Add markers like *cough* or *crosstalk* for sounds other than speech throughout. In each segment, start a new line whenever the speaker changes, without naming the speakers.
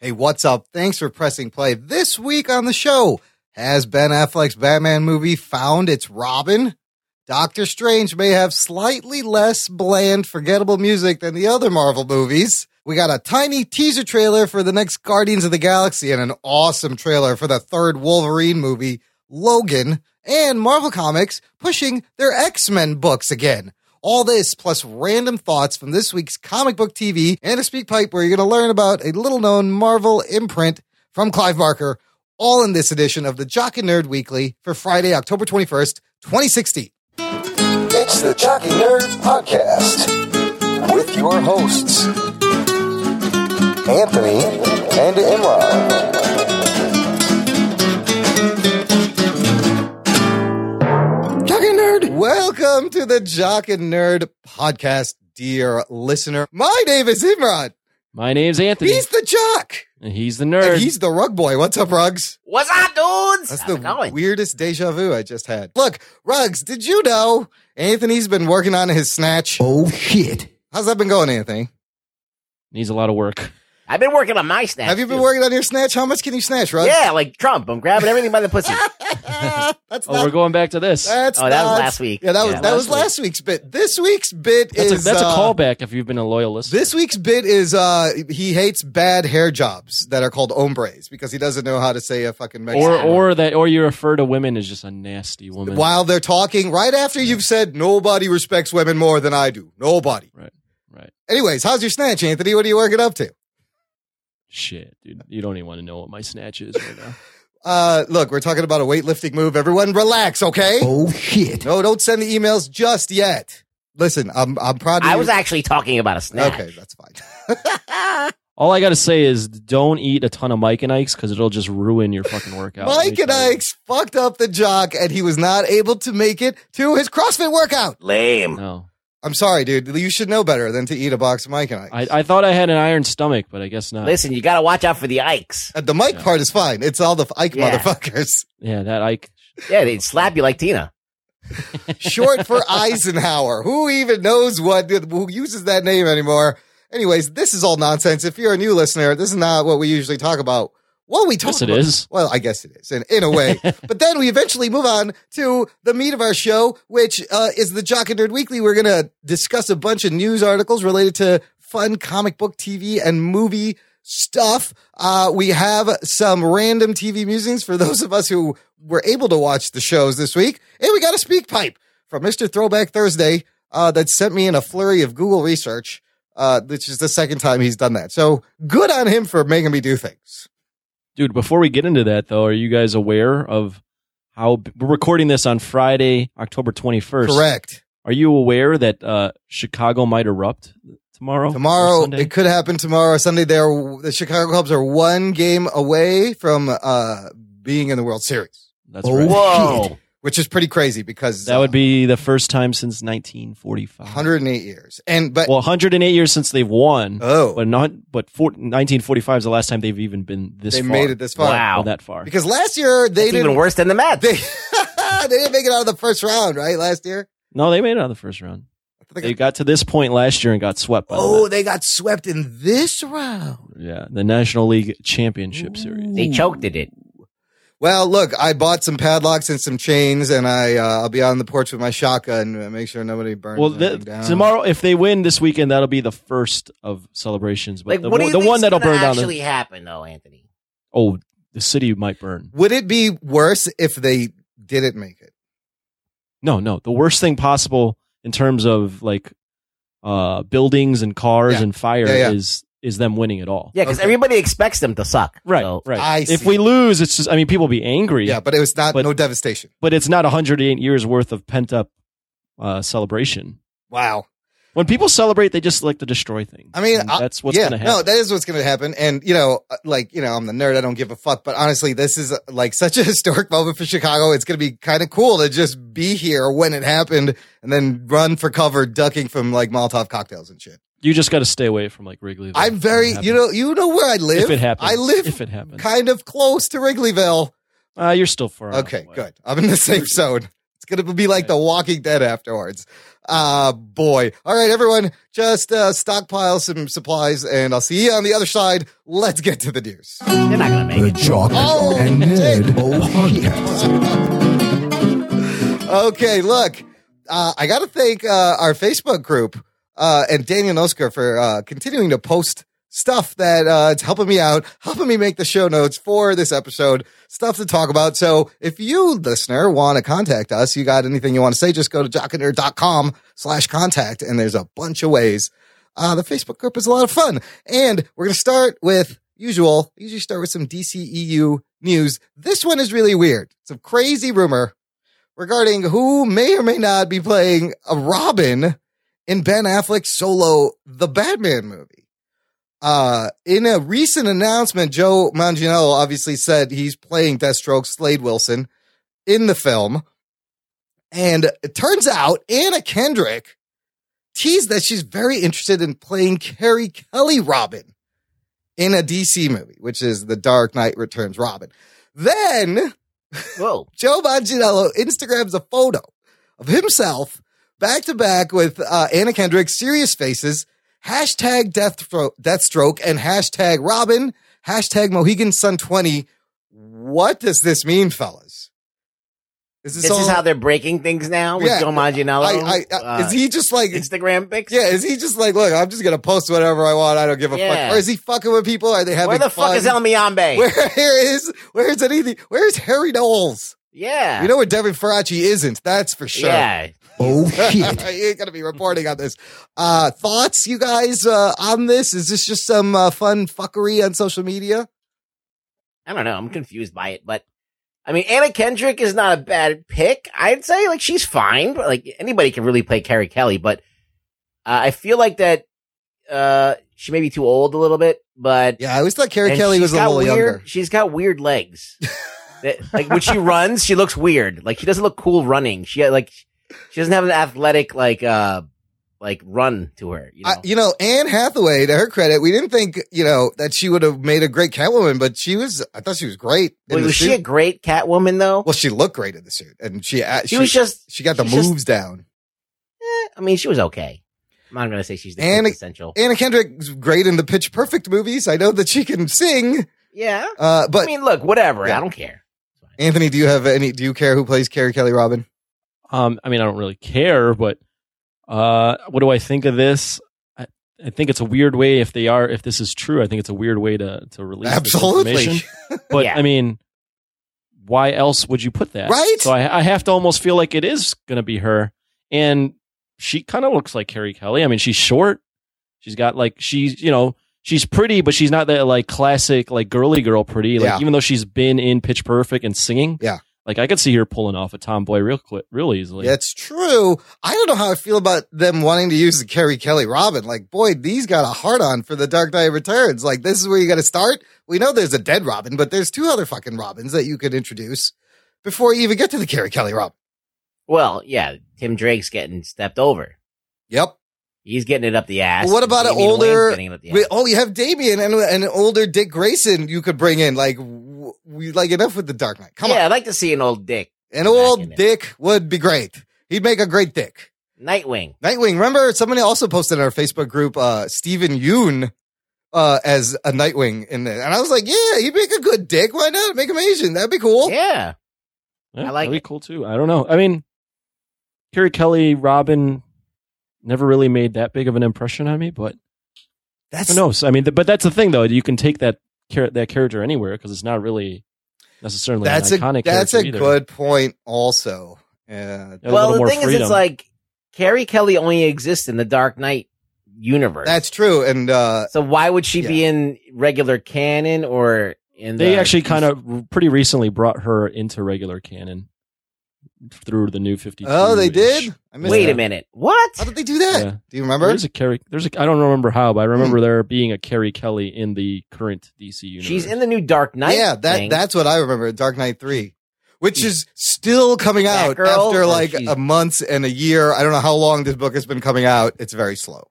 Hey, what's up? Thanks for pressing play. This week on the show, has Ben Affleck's Batman movie found its Robin? Doctor Strange may have slightly less bland, forgettable music than the other Marvel movies. We got a tiny teaser trailer for the next Guardians of the Galaxy and an awesome trailer for the third Wolverine movie, Logan, and Marvel Comics pushing their X Men books again. All this plus random thoughts from this week's comic book TV and a speak pipe where you're going to learn about a little known Marvel imprint from Clive Barker, all in this edition of the Jock and Nerd Weekly for Friday, October 21st, 2016.
It's the Jockey Nerd Podcast with your hosts, Anthony and Imran.
Welcome to the Jock and Nerd Podcast, dear listener. My name is Imran.
My name's Anthony.
He's the Jock.
and he's the nerd.
And he's the Rug Boy. What's up, Rugs?
What's up, dudes?
That's
How's it
the
going?
weirdest deja vu I just had. Look, Rugs, did you know Anthony's been working on his snatch?
Oh shit.
How's that been going, Anthony?
Needs a lot of work.
I've been working on my snatch.
Have you been
too.
working on your snatch? How much can you snatch, Rugs?
Yeah, like Trump. I'm grabbing everything by the pussy.
*laughs* that's
Oh, we're
not.
going back to this.
That's
Oh, that was
not-
last week.
Yeah, that was
Yeah,
that was
last
last
week.
week's bit. This week's bit
That's,
is
a, that's
uh,
a callback if you've been a loyal listener.
This week's bit is uh he hates bad hair jobs that are called hombres because he doesn't know how to say a fucking Mexican.
or
word.
or that or you refer to women as just a nasty woman.
while they're talking, right after you've said nobody respects women more than I do. Nobody.
Right. Right.
Anyways, how's your snatch, Anthony? What are you working up to?
Shit, dude. You don't even want to know what my snatch is right now.
Uh look, we're talking about a weightlifting move. Everyone relax, okay?
Oh shit.
No, don't send the emails just yet. Listen, I'm I'm proud of
I
you.
was actually talking about a snatch.
*laughs* Okay, that's fine.
All I gotta say is don't eat a ton of Mike and Ike's because it'll just ruin your fucking workout. Let
Mike
me
and
tell you.
Ike's fucked up the jock and he was not able to make it to his CrossFit workout.
Lame.
No,
I'm sorry, dude. You should know better than to eat a box of Mike and Ike's.
I, I thought I had an iron stomach, but I guess not.
Uh, Listen, you got to watch out for the Ikes.
Uh, the Mike
Yeah.
part is fine. It's all the Ike
Yeah.
motherfuckers.
Yeah, that Ike.
Yeah, they'd slap you like Tina.
Short for Eisenhower. Who even knows what who uses that name anymore? Anyways, this is all nonsense. If you're a new listener, this is not what we usually talk about. What we talk
Yes, it
about-
is.
Well, I guess it is, in, in a
*laughs*
way. but then we eventually move on to the meat of our show, which uh, is the Jock and Nerd Weekly. We're going to discuss a bunch of news articles related to fun comic book, TV, and movie stuff. Uh, we have some random TV musings for those of us who were able to watch the shows this week. And we got a speak pipe from Mr. Throwback Thursday uh, that sent me in a flurry of Google research. Uh, which is the second time he's done that. So good on him for making me do things.
Dude, before we get into that though, are you guys aware of how we're recording this on Friday, October twenty first?
Correct.
Are you aware that uh, Chicago might erupt tomorrow? Or
Tomorrow,
Oh, Sunday?
it could happen tomorrow. Sunday, they're, the Chicago Cubs are one game away from uh, being in the World Series,
That's
Oh,
right.
Whoa.
which is pretty crazy because uh,
That would be the first time since 1945.
108 years. And but
well, 108 years since they've won,
oh,
but not. But four, 1945 is the last time they've even been this.
they
far,
made it this far
Wow.
or that far.
because last year they
It's
didn't
even worse than the Mets.
they *laughs* they *laughs* didn't make it out of the first round, right? Last year,
No, they made it out of the first round.
They
They got to this point last year and got swept by.
oh,
Oh,
they got swept in this round.
yeah, the National League Championship Series.
They choked at it.
Well, look, I bought some padlocks and some chains, and I uh, I'll be out on the porch with my shotgun and make sure nobody burns.
Well,
anything
the,
down.
tomorrow, if they win this weekend, that'll be the first of celebrations. But
Like,
the,
what do
one-
you
the
think's
one that'll
gonna
burn down.
actually
The,
happen, though, Anthony?
oh, the city might burn.
Would it be worse if they didn't make it?
No, no. The worst thing possible in terms of like uh buildings and cars
Yeah.
and fire
Yeah, yeah.
is is them winning it all.
Yeah, because
Okay.
everybody expects them to suck.
Right,
So,
right.
I
if
see.
we lose, it's just I mean people will be angry.
Yeah, but it was not
But-
no devastation.
But it's not 108 years worth of pent up uh celebration.
Wow.
When people celebrate, they just like to destroy things.
I mean,
And
I-
that's what's
yeah,
gonna
No,
happen.
that is what's going to happen. And you know, uh, like you know, I'm the nerd. I don't give a fuck. But honestly, this is uh, like *laughs* such a historic moment for Chicago. It's going to be kind of cool to just be here when it happened, and then run for cover, ducking from like Molotov cocktails and shit.
you just got to stay away from like Wrigley. though,
I'm
if it
very,
happens.
you know, you know where I live.
if it happens,
I live
If it happens,
kind of close to Wrigleyville.
uh, you're still far. out
Okay,
away.
good. I'm in the safe zone. It's It's going to be like The Walking Dead afterwards. Uh, boy. All right, everyone, just uh, stockpile some supplies, and I'll see you on the other side. Let's get to the news.
They're not gonna
The
*laughs*
make it.
Jock
Oh,
and Ned
shit.
podcast.
Okay, look, uh, I got to thank uh, our Facebook group uh, and Daniel Nosker for uh, continuing to post stuff that uh, it's helping me out, helping me make the show notes for this episode, stuff to talk about. So if you, listener, want to contact us, you got anything you want to say, just go to jockinerd.com slash contact, and there's a bunch of ways. Uh, the Facebook group is a lot of fun. And we're going to start with usual. Usually start with some DCEU news. This one is really weird. It's a crazy rumor regarding who may or may not be playing a Robin in Ben Affleck's solo The Batman movie. Uh, in a recent announcement, Joe Manganiello obviously said he's playing Deathstroke Slade Wilson in the film. And it turns out Anna Kendrick teased that she's very interested in playing Carrie Kelly Robin in a DC movie, which is The Dark Knight Returns Robin. Then
Whoa.
Joe Manganiello Instagrams a photo of himself back to back with uh, Anna Kendrick, serious faces, hashtag Deathstro- Deathstroke, and hashtag Robin, hashtag Mohegan Sun 20. What does this mean, fellas? Is
This is how they're breaking things now with
Yeah.
Joe Manganiello.
I, I,
Uh,
is he just like,
Instagram pics?
yeah, is he just like, look, I'm just going to post whatever I want. I don't give a
Yeah.
fuck. Or is he fucking with people? Are they having
Where the fuck
fun?
is El Miyambe?
Where *laughs* is, where's anything? Where's Harry Knowles?
yeah.
You know where Devin Faraci isn't. That's for sure.
Yeah.
Oh shit!
*laughs* You're going to be reporting on this. Uh, thoughts, you guys, uh, on this? Is this just some uh, fun fuckery on social media?
I don't know. I'm confused by it, but I mean, Anna Kendrick is not a bad pick. I'd say like she's fine, but like anybody can really play Carrie Kelly, but uh, I feel like that, uh, she may be too old a little bit, but
Yeah, I always thought Carrie
and
Kelly
she's
was a
got
little
weird,
younger.
She's got weird
*laughs*
legs. That- like when she runs, she looks weird. Like she doesn't look cool running. She like, she doesn't have an athletic, like, uh, like run to her, you know?
I- You know, Anne Hathaway, to her credit, we didn't think, you know, that she would have made a great Catwoman, but she was, I thought she was great. in
Wait,
the
was she a
suit.
great Catwoman though?
well, she looked great in the suit and she, uh,
she,
she,
was just,
she got the
she's just-
moves down.
eh, I mean, she was okay. I'm not going to say she's the
And-
essential.
Anna Kendrick's great in the Pitch Perfect movies. I know that she can sing,
Yeah.
uh, but
I mean, look, whatever.
Yeah.
I don't care.
Anthony, do you have any? Do you care who plays Carrie Kelly Robin?
Um, I mean, I don't really care, but uh, what do I think of this? I, I think it's a weird way if they are if this is true. I think it's a weird way to to release this
Absolutely, *laughs*
information. But
Yeah.
I mean, why else would you put that?
Right?
*laughs* So I, I have to almost feel like it is going to be her, and she kind of looks like Carrie Kelly. I mean, she's short. She's got like she's you know she's pretty, but she's not that like classic like girly girl pretty. Like
Yeah.
even though she's been in Pitch Perfect and singing,
Yeah.
Like I could see her pulling off a tomboy real quick, real easily.
that's true. I don't know how I feel about them wanting to use the Carrie Kelly Robin. Like, boy, these got a hard on for the Dark Knight Returns. Like, this is where you got to start. We know there's a dead Robin, but there's two other fucking Robins that you could introduce before you even get to the Carrie Kelly Robin.
Well, yeah, Tim Drake's getting stepped over.
Yep.
He's getting it up the ass.
Well, what about an
Damian Wayne's
older-
getting it up the
We,
ass.
oh, you have Damien and an older Dick Grayson you could bring in. Like, w- we like enough with the Dark Knight. Come
yeah,
on,
I'd like to see an old dick.
an
back in
old
it.
Dick would be great. He'd make a great Dick.
Nightwing.
Nightwing. Remember, somebody also posted in our Facebook group uh, Stephen Yoon uh, as a Nightwing in there, and I was like, "Yeah, he'd make a good dick. Why not make him Asian? That'd be cool."
Yeah.
Yeah,
I like
that'd be cool too. I don't know. I mean, Carrie Kelly, Robin, never really made that big of an impression on me, but who
That's
knows? I mean, th- but that's the thing though. You can take that char- that character anywhere because it's not really necessarily
that's
an
a
iconic.
that's a
character either.
good point. Also, uh,
A
well,
little
the
more
thing is,
freedom.
it's like Carrie Kelly only exists in the Dark Knight universe.
that's true. And uh,
so why would she be
yeah.
in regular canon or in?
They
the,
actually kind of pretty recently brought her into regular canon through the new Fifty.
oh, they did. I missed
Wait
that.
a minute. What?
How did they do that?
Yeah.
Do you remember? Hmm.
There's a Carrie. There's a. I don't remember how, but I remember there being a Carrie Kelly in the current DC universe.
She's in the new Dark Knight.
yeah, that
thing.
that's what I remember. Dark Knight Three, which is still coming out
Batgirl?
after
Oh,
like
geez.
a month and a year. I don't know how long this book has been coming out. It's very slow.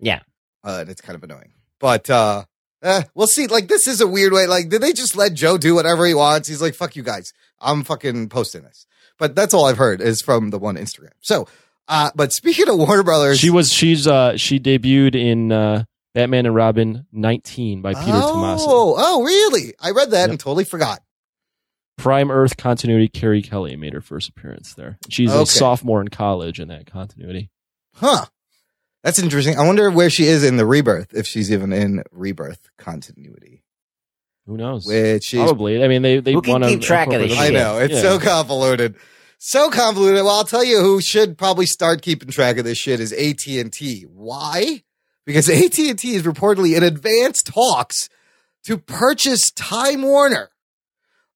Yeah.
uh, and it's kind of annoying. But uh, Uh, we'll see. Like, this is a weird way. Like, did they just let Joe do whatever he wants? He's like, fuck you guys. I'm fucking posting this. But that's all I've heard is from the one Instagram. So, uh, but speaking of Warner Brothers,
She was she's uh she debuted in uh Batman and Robin 19 by Peter Tomasi.
Oh, oh, really? I read that and totally forgot.
Prime Earth continuity Carrie Kelly made her first appearance there. She's
Okay.
a sophomore in college in that continuity.
Huh. That's interesting. I wonder where she is in the rebirth, if she's even in rebirth continuity,
Who knows?
which is
Probably. I mean they they
Who can
want
keep track of this
I know. It's so convoluted. So convoluted. Well, I'll tell you who should probably start keeping track of this shit is AT&T. Why? Because AT&T is reportedly in advanced talks to purchase Time Warner.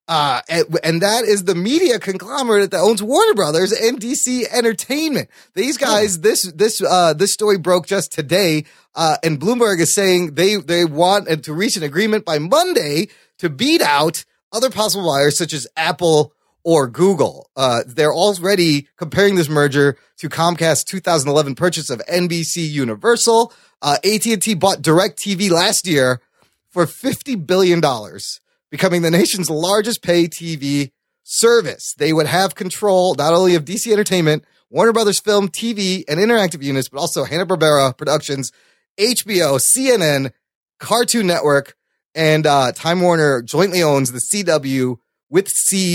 Uh, and, and that is the media conglomerate that owns Warner Brothers and DC Entertainment. These guys, this this uh, this story broke just today, uh, and Bloomberg is saying they they want uh, to reach an agreement by Monday to beat out other possible buyers such as Apple or Google. Uh, they're already comparing this merger to Comcast's 2011 purchase of NBC Universal. Uh, AT&T bought DirecTV last year for $50 billion, becoming the nation's largest pay TV service. They would have control not only of DC Entertainment, Warner Brothers Film, TV, and interactive units, but also Hanna-Barbera Productions, HBO, CNN, Cartoon Network, and uh, Time Warner jointly owns the CW with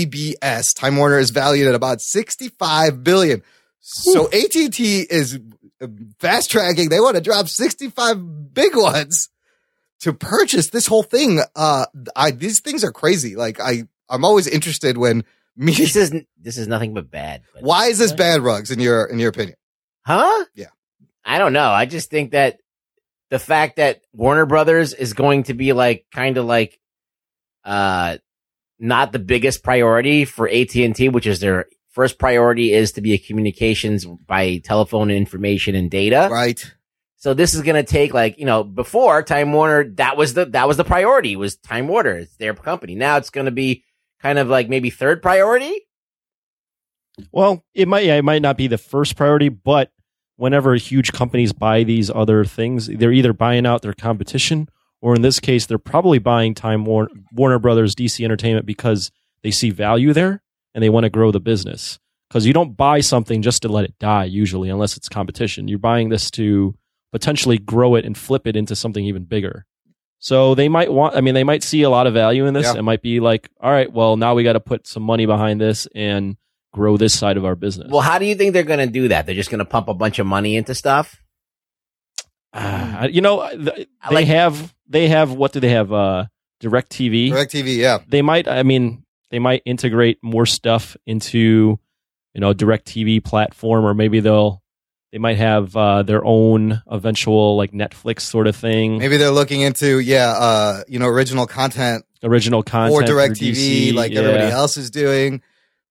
CBS. Time Warner is valued at about 65 billion. So AT&T is uh, fast tracking. They want to drop 65 big ones to purchase this whole thing. Uh, I, these things are crazy. Like I, I'm always interested when media.
This is this is nothing but bad. But-
Why is this bad, Rugs? In your in your opinion?
Huh?
Yeah.
I don't know. I just think that the fact that Warner Brothers is going to be like kind of like uh not the biggest priority for AT&T, which is their first priority is to be a communications by telephone information and data.
Right.
So this is going to take like, you know, before Time Warner, that was the, that was the priority was Time Warner. It's their company. Now it's going to be kind of like maybe third priority.
Well, it might yeah, it might not be the first priority, but whenever huge companies buy these other things, they're either buying out their competition or in this case, they're probably buying Time Warner, Warner Brothers DC Entertainment because they see value there and they want to grow the business. Because you don't buy something just to let it die usually, unless it's competition. You're buying this to potentially grow it and flip it into something even bigger. So they might want, I mean, they might see a lot of value in this.
Yeah.
It might be like, all right, well, now we got to put some money behind this and grow this side of our business.
Well, how do you think they're going to do that? They're just going to pump a bunch of money into stuff.
Ah, you know, th- they
I like-
have they have what do they have? Uh, Direct TV.
Direct TV. Yeah.
They might. I mean, they might integrate more stuff into you know Direct TV platform, or maybe they'll they might have uh, their own eventual like Netflix sort of thing,
Maybe they're looking into yeah, uh, you know, original content
original content
or
through
direct TV
DC,
like
yeah.
everybody else is doing.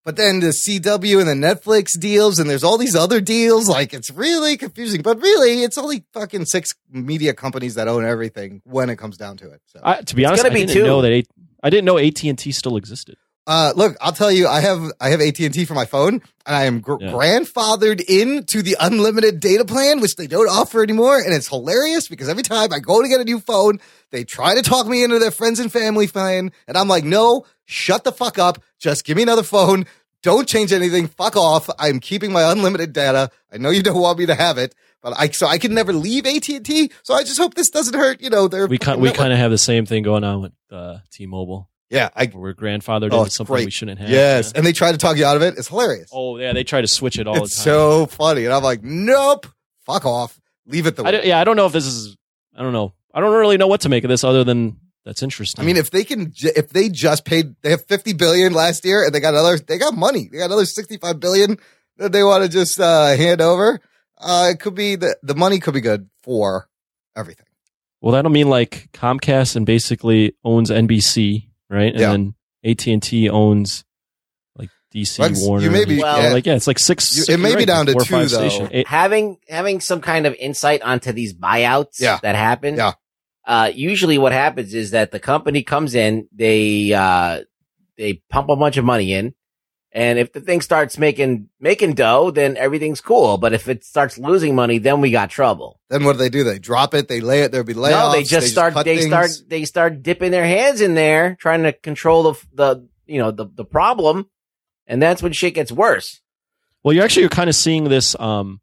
But then the CW and the Netflix deals, and there's all these other deals. Like it's really confusing. But really, it's only fucking six media companies that own everything when it comes down to it. So.
I, to be honest, I
gonna be
didn't
two.
know that. A- I didn't know AT and T still existed.
Uh, look, I'll tell you, I have I have AT and T for my phone, and I am gr-
Yeah.
grandfathered in to the unlimited data plan, which they don't offer anymore. And it's hilarious because every time I go to get a new phone, they try to talk me into their friends and family plan, and I'm like, no, shut the fuck up, just give me another phone. Don't change anything. Fuck off. I'm keeping my unlimited data. I know you don't want me to have it, but I so I can never leave AT and T. So I just hope this doesn't hurt. You know, their
We kind
fucking
we
network.
kind of have the same thing going on with uh, T-Mobile.
yeah. I
We're grandfathered
Oh,
into
it's
something
great.
we shouldn't have.
yes,
Yeah.
and they try to talk you out of it. It's hilarious.
Oh yeah, they try to switch it all
it's
the time.
so funny. And I'm like, nope, fuck off. Leave it the
I
way.
don't, yeah, I don't know if this is. I don't know. I don't really know what to make of this other than that's interesting.
I mean, if they can, ju- if they just paid, they have 50 billion last year and they got another, they got money. They got another 65 billion that they want to just uh, hand over. Uh, it could be the, the money could be good for everything.
well, that'll mean like Comcast and basically owns NBC, right? And
Yeah.
then AT and T owns like DC
Rugs,
Warner.
you may be-
Well,
yeah.
like yeah, it's like six.
You-
six-
it may
you're
be
right,
down to
four or
two,
five
though.
station- eight-
*laughs* having having some kind of insight onto these buyouts
Yeah.
that happen.
Yeah.
Uh, usually, what happens is that the company comes in, they uh, they pump a bunch of money in, And if the thing starts making making dough, then everything's cool. But if it starts losing money, then we got trouble.
Then what do they do? They drop it. They lay it. There'll be layoffs.
no, they just start
cut
they
things.
start they start dipping their hands in there, trying to control the the you know the the problem, and that's when shit gets worse.
Well, you're actually kind of seeing this um,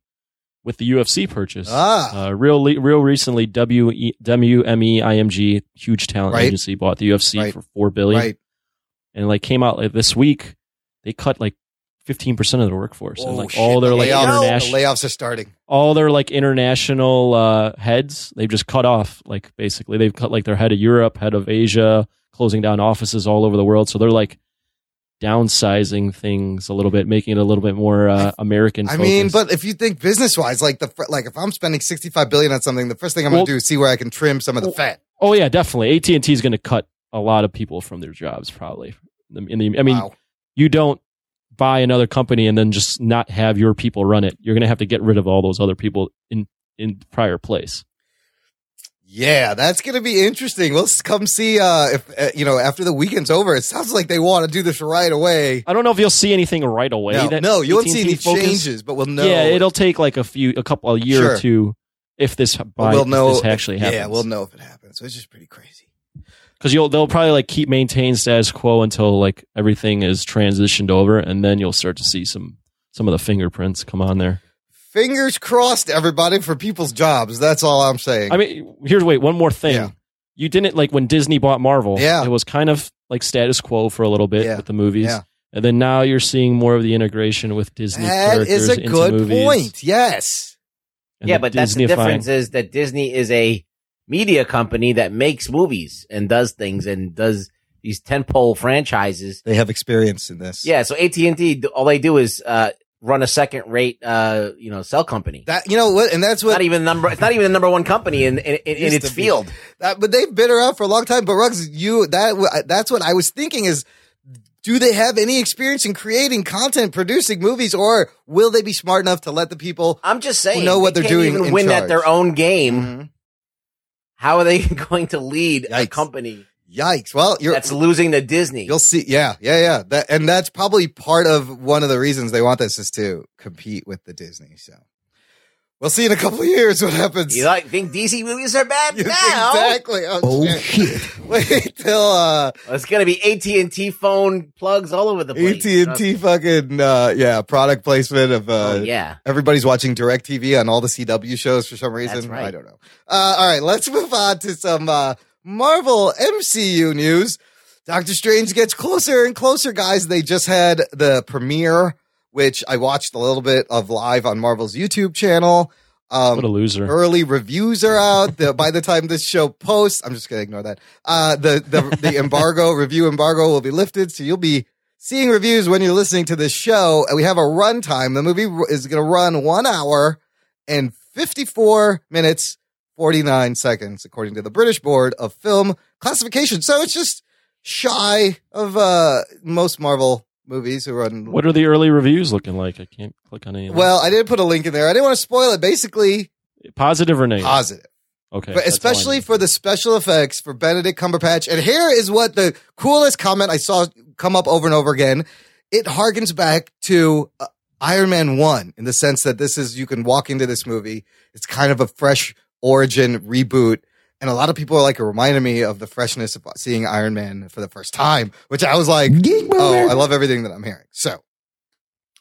with the UFC purchase.
Ah,
Uh, real, real recently, W W M E I M G, huge talent
Right.
agency, bought the UFC
Right.
for four billion,
right.
and like came out like this week. They cut like fifteen percent of their workforce, and
Oh,
like
shit,
all their
the
like
layoffs, the
international,
layoffs are starting.
all their like international uh, heads, they've just cut off. Like basically, they've cut like their head of Europe, head of Asia, closing down offices all over the world. So they're like downsizing things a little bit, making it a little bit more uh, American.
I mean,
focused.
but if you think business wise, like the fir- like if I'm spending 65 billion on something, the first thing I'm going
Well-
to do is see where I can trim some of the
Well-
fat.
Oh yeah, definitely. AT and T is going to cut a lot of people from their jobs, probably. In the, I mean,
Wow.
you don't buy another company and then just not have your people run it. You're going to have to get rid of all those other people in in prior place.
Yeah, that's going to be interesting. Let's come see uh, if uh, you know after the weekend's over. It sounds like they want to do this right away.
I don't know if you'll see anything right away.
No,
that E
no, you won't see
AT&T
any
focus.
changes, but we'll know.
Yeah, it'll take like a few, a couple, a year
Sure.
or two if this
but
buy,
we'll
if
know.
this actually happens.
Yeah, we'll know if it happens. Which is pretty crazy.
because you'll they'll probably like keep maintain status quo until like everything is transitioned over, and then you'll start to see some some of the fingerprints come on there.
Fingers crossed, everybody, for people's jobs. That's all I'm saying.
I mean, here's wait one more thing.
Yeah.
You didn't like when Disney bought Marvel.
Yeah.
it was kind of like status quo for a little bit
Yeah.
with the movies,
Yeah.
and then now you're seeing more of the integration with Disney.
that
characters
is a
into
good
movies
point. Yes.
and
yeah, but that's the
Disneyfying.
difference is that Disney is a media company that makes movies and does things and does these tentpole franchises.
They have experience in this.
Yeah, so AT and T, all they do is uh, run a second rate, uh, you know, cell company.
That you know what, and that's
It's
what
not even number. It's not even the number one company in in, in, in
Used
its
to be.
field.
That, Uh, but they've been around for a long time. But Ruggs, you that uh, that's what I was thinking is. Do they have any experience in creating content, producing movies, or will they be smart enough to let the people?
I'm just saying.
know what
they
they're
can't
doing
Even
in
win
charge.
at their own game. How are they *laughs* going to lead a
Yikes.
company
Yikes! Well, you're
that's losing to Disney?
you'll see. Yeah, yeah, yeah. That and that's probably part of one of the reasons they want this is to compete with the Disney. So we'll see in a couple of years what happens. *laughs*
You like think DC movies are bad
Yes,
now?
exactly. Oh,
Oh
shit.
shit.
Wait till uh,
It's gonna be AT and T phone plugs all over the place.
AT and T fucking uh, yeah product placement of uh,
Oh, yeah.
*laughs* Everybody's watching DirecTV on all the CW shows for some reason.
That's right.
I don't know. Uh, all right, let's move on to some uh, Marvel MCU news. Doctor Strange gets closer and closer, guys. They just had the premiere, which I watched a little bit of live on Marvel's YouTube channel. Um,
What a loser!
early reviews are out. The, by the time this show posts, I'm just gonna ignore that. Uh, the the the embargo *laughs* review embargo will be lifted, so you'll be seeing reviews when you're listening to this show. And we have a runtime. The movie r- is gonna run one hour and 54 minutes 49 seconds, according to the British Board of Film Classification. So it's just shy of uh, most Marvel movies who run
What are the early reviews looking like? I can't click on any. of them.
well, I didn't put a link in there. I didn't want to spoil it. Basically,
positive or negative?
positive.
okay,
uh, But
that's all I
especially
need.
for the special effects for Benedict Cumberbatch. And here is what the coolest comment I saw come up over and over again. It harkens back to uh, Iron Man 1 in the sense that this is, you can walk into this movie. It's kind of a fresh origin reboot. And a lot of people are like, it reminded me of the freshness of seeing Iron Man for the first time, which I was like,
Geek
oh,
boomer.
I love everything that I'm hearing. So,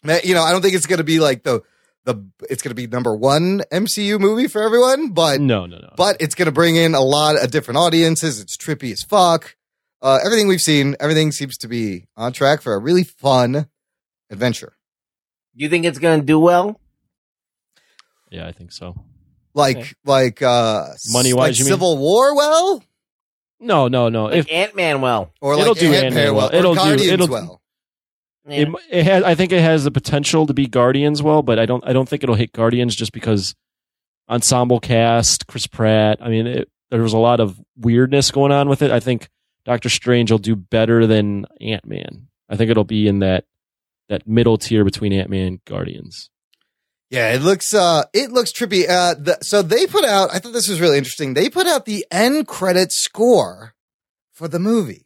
ma- you know, I don't think it's going to be like the, the, it's going to be number one MCU movie for everyone, but
no, no, no.
but it's going to bring in a lot of different audiences. It's trippy as fuck. Uh, everything we've seen, everything seems to be on track for a really fun adventure.
You think it's gonna do well?
yeah, I think so.
Like,
Okay.
like, uh,
Money-wise,
like
you mean?
Civil War well,
No, no, no. If
Like Ant Man well.
or
It'll
like
do
Ant Man
Ant-Man
well,
well. It'll
or
do-
Guardians
it'll-
well.
Yeah.
It, it has. I think it has the potential to be Guardians well, but I don't. I don't think it'll hit Guardians just because ensemble cast, Chris Pratt. I mean, it, there was a lot of weirdness going on with it. I think Doctor Strange will do better than Ant Man. I think it'll be in that that middle tier between Ant Man and Guardians.
Yeah, it looks uh it looks trippy. Uh the, so they put out I thought this was really interesting. They put out the end credit score for the movie.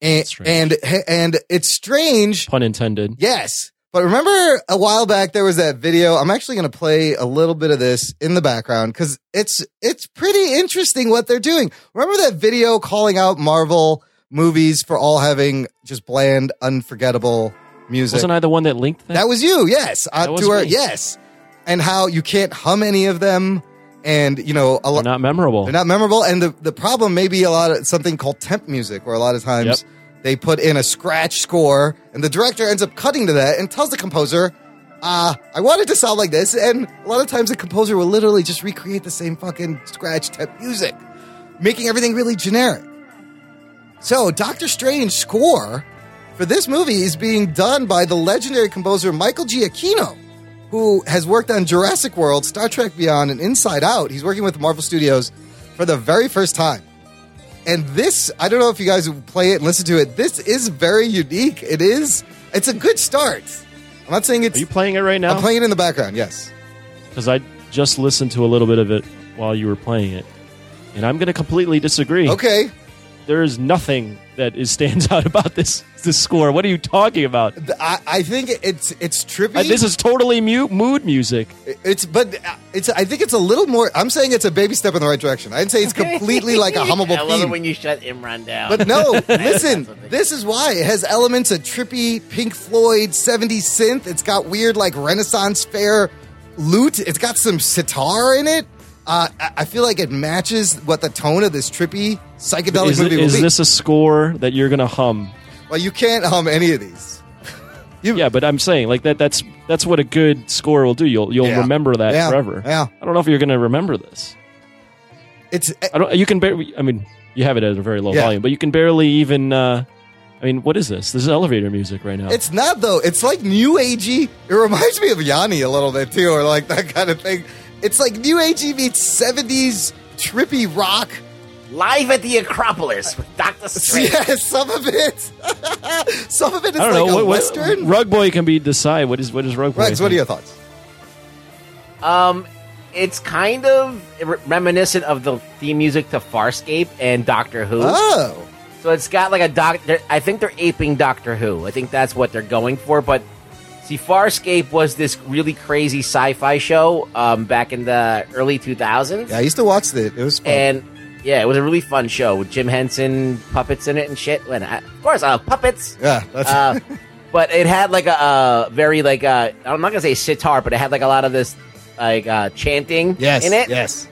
and
Strange.
and and it's strange.
Pun intended.
Yes, but remember a while back there was that video. I'm actually going to play a little bit of this in the background because it's it's pretty interesting what they're doing. Remember that video calling out Marvel movies for all having just bland, unforgettable music.
Wasn't I the one that linked that?
That was you, yes. Uh,
That was
to our,
me.
yes. And how you can't hum any of them, and you know a
They're
lot.
not memorable.
They're not memorable, and the, the problem may be a lot of something called temp music, where a lot of times they put in a scratch score, and the director ends up cutting to that and tells the composer, "Ah, I want it to sound like this." And a lot of times the composer will literally just recreate the same fucking scratch temp music, making everything really generic. So Doctor Strange's score for this movie is being done by the legendary composer Michael Giacchino, who has worked on Jurassic World, Star Trek Beyond, and Inside Out. He's working with Marvel Studios for the very first time. And this, I don't know if you guys will play it and listen to it. This is very unique. It is. It's a good start. I'm not saying
Are
it's.
you playing it right
I'm
now?
playing it in the background. Yes.
Because I just listened to a little bit of it while you were playing it, and I'm going to completely disagree.
Okay.
There is nothing that is stands *laughs* out about this this score. What are you talking about?
Th- I, I think it's it's trippy.
Uh, this is totally mu- mood music.
It's but uh, it's. I think it's a little more. I'm saying it's a baby step in the right direction. I'd say it's completely like
*laughs*
a hummable
I love it
theme.
when you shut Imran down.
but
*laughs*
no, listen.
That's what they-
This is why it has elements of trippy Pink Floyd 70s synth. It's got weird like Renaissance fair lute. It's got some sitar in it. Uh, I I feel like it matches what the tone of this trippy psychedelic
Is, it-
movie will
is
be.
this a score that you're going to hum?
well, you can't hum any of these.
Yeah, but I'm saying like that. That's that's what a good score will do. You'll you'll
Yeah.
remember that
Yeah.
forever.
Yeah.
I don't know if you're going to remember this.
It's
I don't. You can barely. I mean, you have it at a very low
Yeah.
volume, but you can barely even. Uh, I mean, what is this? This is elevator music right now.
It's not though. It's like new agey. It reminds me of Yanni a little bit too, or like that kind of thing. It's like new agey meets seventies trippy rock.
Live at the Acropolis with Doctor Strange.
*laughs* Yeah, some of it. *laughs* some of it is
I don't
like
know.
a
What, what,
western.
Rug boy can be decide what is what is rug boy.
Rex, what are your thoughts?
Um, it's kind of re- reminiscent of the theme music to Farscape and Doctor Who.
Oh,
So it's got like a doc. they're- I think they're aping Doctor Who. I think that's what they're going for. But see, Farscape was this really crazy sci-fi show um, back in the early 2000s,
yeah, I used to watch it. It was fun.
and yeah, it was a really fun show with Jim Henson puppets in it and shit. When I, of course, I love
*laughs*
puppets.
yeah, that's
Uh, but it had like a uh, very like uh, I'm not gonna say sitar, but it had like a lot of this like uh, chanting
yes,
in it.
yes.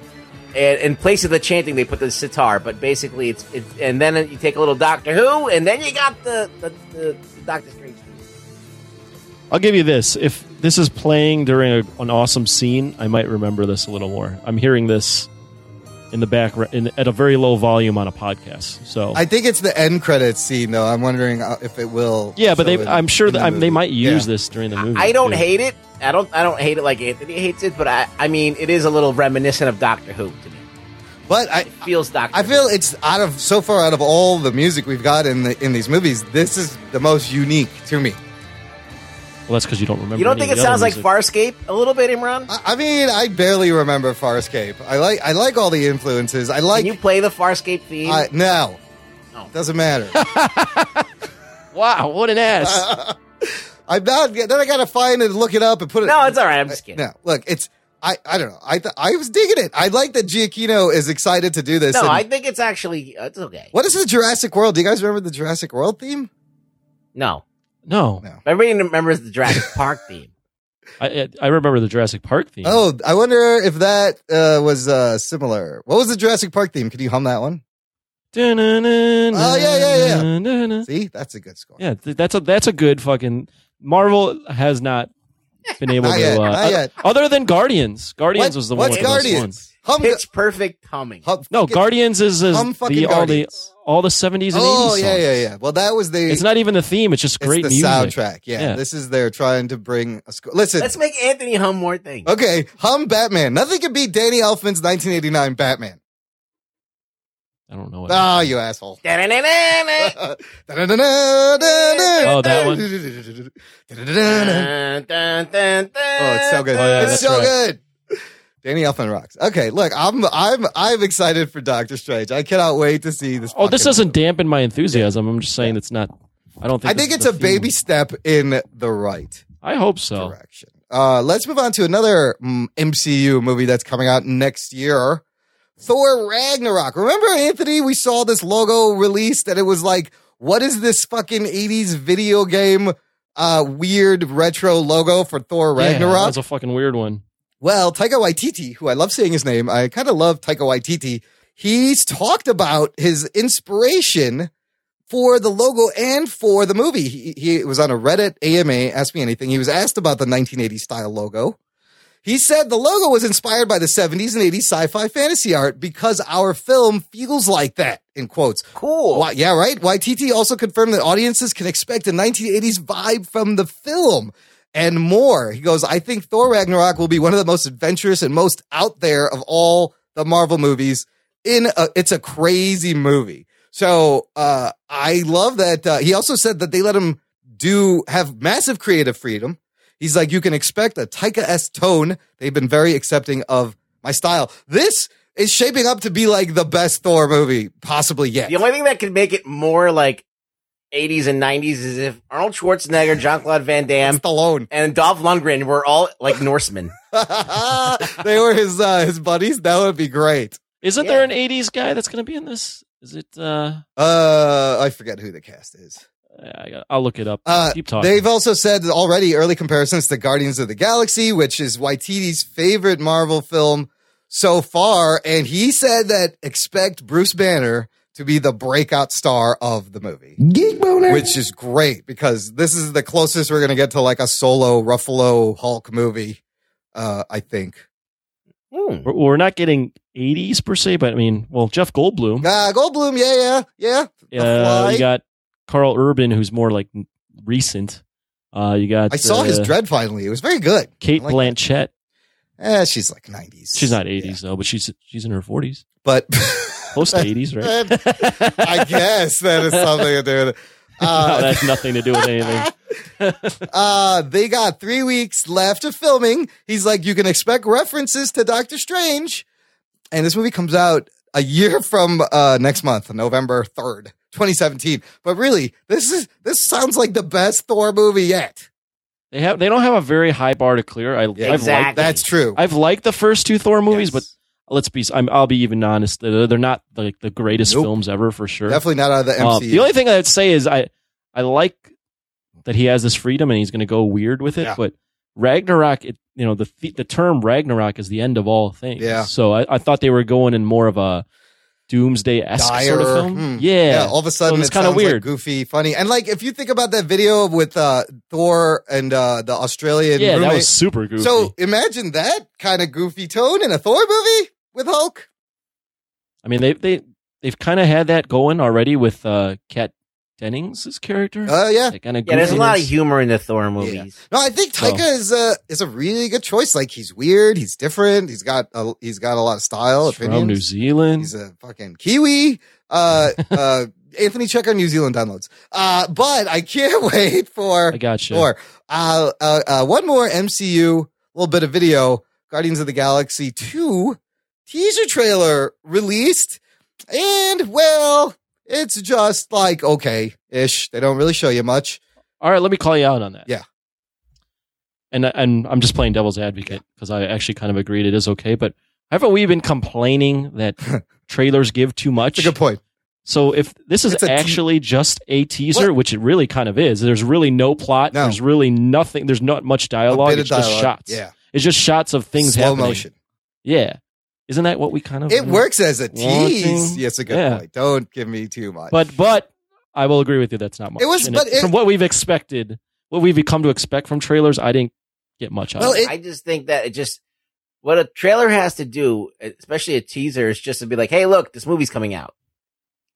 And in place of the chanting, they put the sitar. But basically, it's, it's and then you take a little Doctor Who, and then you got the the, the Doctor Strange.
I'll give you this. If this is playing during a, an awesome scene, I might remember this a little more. I'm hearing this in the background in, at a very low volume on a podcast. So
I think it's the end credits scene though. I'm wondering uh, if it will.
yeah, but
show
they,
it
I'm sure
in
that
the
I'm, they
movie.
might use
Yeah.
this during the movie.
I don't
hmm.
too.
hate it. I don't I don't hate it like Anthony hates it, but I I mean it is a little reminiscent of Doctor Who to me.
But I,
Feels Doctor.
I
Who.
feel it's out of so far out of all the music we've got in the in these movies. This is the most unique to me.
Well, that's because you don't remember.
you don't
any
think
of
it
the other
sounds like
music.
Farscape a little bit, Imran?
I I mean, I barely remember Farscape. I like I like all the influences. I like
Can you play the Farscape theme?
I, no.
No.
Doesn't
*laughs*
matter. *laughs*
Wow, what an ass!
I'm not. Then I gotta find it, look it up, and put it.
no, it's all right. I'm just kidding.
no. Look, it's I. I don't know. I th- I was digging it. I like that Giacchino is excited to do this.
No,
and-
I think it's actually uh, it's okay.
what is the Jurassic World? Do you guys remember the Jurassic World theme?
No,
no,
No.
everybody remembers the Jurassic Park theme.
I, I remember the Jurassic Park theme.
Oh, I wonder if that uh, was uh, similar. What was the Jurassic Park theme? Could you hum that one?
Oh
yeah, yeah, yeah.
yeah.
See, that's a good score.
Yeah, th- that's a that's a good fucking Marvel has not been able
Not
to
yet,
uh,
not
o-
yet.
other than Guardians. Guardians
What-
was the
what's
one. with the most ones.
Guardians? *laughs* Hum,
Pitch perfect humming.
hum,
No,
fucking-
Guardians is, is
hum fucking
the all
Guardians.
the all the seventies and eighties.
Oh yeah, yeah, yeah. Well, that was the
It's not even the theme. It's just
it's
great
the
music.
soundtrack. Yeah,
Yeah.
this is they're trying to bring a score. Listen,
Let's make Anthony hum more *laughs* things.
okay, hum Batman. Nothing can beat Danny Elfman's 1989 Batman.
I don't know. What
Ah, you asshole. *laughs*
Da-da-da-da-da.
oh,
that one?
Oh,
Dun, dun, dun, dun.
it's so good. *laughs*
Oh, yeah,
it's
that's
so
right.
good. Danny Elfman rocks. Okay, look, I'm I'm I'm excited for Doctor Strange. I cannot wait to see this.
Oh, this
fucking-
doesn't dampen my enthusiasm. I'm just saying it's not. I don't think.
I think
this
it's
is
a
the
baby
theme.
step in the right
I hope so.
direction. Uh, let's move on to another mm, MCU movie that's coming out next year. Thor Ragnarok. Remember, Anthony, we saw this logo released and it was like, what is this fucking 80s video game uh, weird retro logo for Thor Ragnarok?
Yeah, that was a fucking weird one.
Well, Taika Waititi, who I love saying his name, I kind of love Taika Waititi. He's talked about his inspiration for the logo and for the movie. He, he was on a Reddit AMA, ask me anything. He was asked about the 1980s style logo. He said the logo was inspired by the 70s and 80s sci-fi fantasy art because our film feels like that. In quotes,
Cool.
Why, yeah, right. YTT also confirmed that audiences can expect a 1980s vibe from the film and more. He goes, I think Thor Ragnarok will be one of the most adventurous and most out there of all the Marvel movies. In a, it's a crazy movie. So uh, I love that. Uh, he also said that they let him do have massive creative freedom. He's like, you can expect a Taika S tone. They've been very accepting of my style. This is shaping up to be like the best Thor movie possibly yet.
The only thing that could make it more like 80s and 90s is if Arnold Schwarzenegger, Jean Claude Van
*laughs*
Damme,
Stallone.
and Dolph Lundgren were all like
*laughs*
Norsemen.
they were his uh, his buddies. That would be great.
Isn't
Yeah.
there an '80s guy that's going to be in this? Is it? uh
Uh, I forget who the cast is.
I got- I'll look it up.
Uh,
Keep talking.
They've also said that already early comparisons to Guardians of the Galaxy, which is Waititi's favorite Marvel film so far, and he said that expect Bruce Banner to be the breakout star of the movie,
Geek boner.
which is great because this is the closest we're gonna get to like a solo Ruffalo Hulk movie. Uh, I think.
Hmm.
we're, we're not getting '80s per se, but I mean, well, Jeff Goldblum.
Uh, Goldblum, yeah, yeah, yeah. The
Uh,
Fly.
you got Carl Urban, who's more like n- recent. Uh, you got
I saw his
uh,
dread finally. It was very good.
Kate
I like
Blanchett.
Eh, she's like nineties.
She's not 80s though, but she's she's in her 40s,
but *laughs*
close to 80s, right?
Uh,
*laughs*
I guess that is something to do with it.
no,
Uh,
that's nothing to do
*laughs*
with anything.
uh, they got three weeks left of filming. He's like, you can expect references to Doctor Strange, and this movie comes out a year from uh, next month, November third, twenty seventeen. But really, this is this sounds like the best Thor movie yet.
They have they don't have a very high bar to clear. I I've
Exactly.
liked
That's true.
I've liked the first two Thor movies,
Yes.
but let's be I'm, I'll be even honest. They're, they're not like the greatest
Nope.
films ever for sure.
definitely not out of the
Uh,
MCU.
the only thing I'd say is I I like that he has this freedom and he's going to go weird with it,
Yeah.
but Ragnarok, it, you know, the the term Ragnarok is the end of all things.
Yeah.
So I, I thought they were going in more of a doomsday esque sort of
Dire,
film.
hmm.
Yeah.
all of a sudden
So
it's
it's
it
kinda
sounds like
weird.
goofy, funny, and like if you think about that video with uh, Thor and uh, the Australian
yeah,
roommate.
that was super goofy.
so imagine that kind of goofy tone in a Thor movie with Hulk.
I mean, they they they've kind of had that going already with uh, Kat Dennings' character.
Uh, yeah,
that kind of
Yeah, there's a lot of humor in the Thor movies.
no, I think Taika is a is a really good choice. Like he's weird, he's different, he's got a, he's got a lot of style,
from New
opinions.
Zealand.
He's a fucking Kiwi.
*laughs*
Uh, uh, Anthony, check our New Zealand downloads. Uh, but I can't *laughs* wait for
I got you.
Or uh, uh, uh, one more MCU, little bit of video. Guardians of the Galaxy 2 teaser trailer released. And, well, it's just like, okay ish. They don't really show you much.
All right, let me call you out on that.
Yeah.
And and I'm just playing devil's advocate because I actually kind of agreed it is okay, but haven't we been complaining
*laughs*
that trailers give too much?
It's a good point.
so if this is
It's a te-
actually just a teaser, which it really kind of is, there's really no plot,
No.
there's really nothing, there's not much
A
dialogue,
bit of
it's just
dialogue.
shots.
Yeah.
It's just shots of things
Slow
happening.
motion.
Yeah. Isn't that what we kind of
It works as a tease.
Wanting-
Yes, a good
Yeah.
point. Don't give me too much.
But but I will agree with you that's not much.
It was-
And
but it-
from what we've expected, what we've come to expect from trailers, I didn't get much out
Well,
of it.
it-
I just think that it just what a trailer has to do, especially a teaser, is just to be like, "Hey, look, this movie's coming out.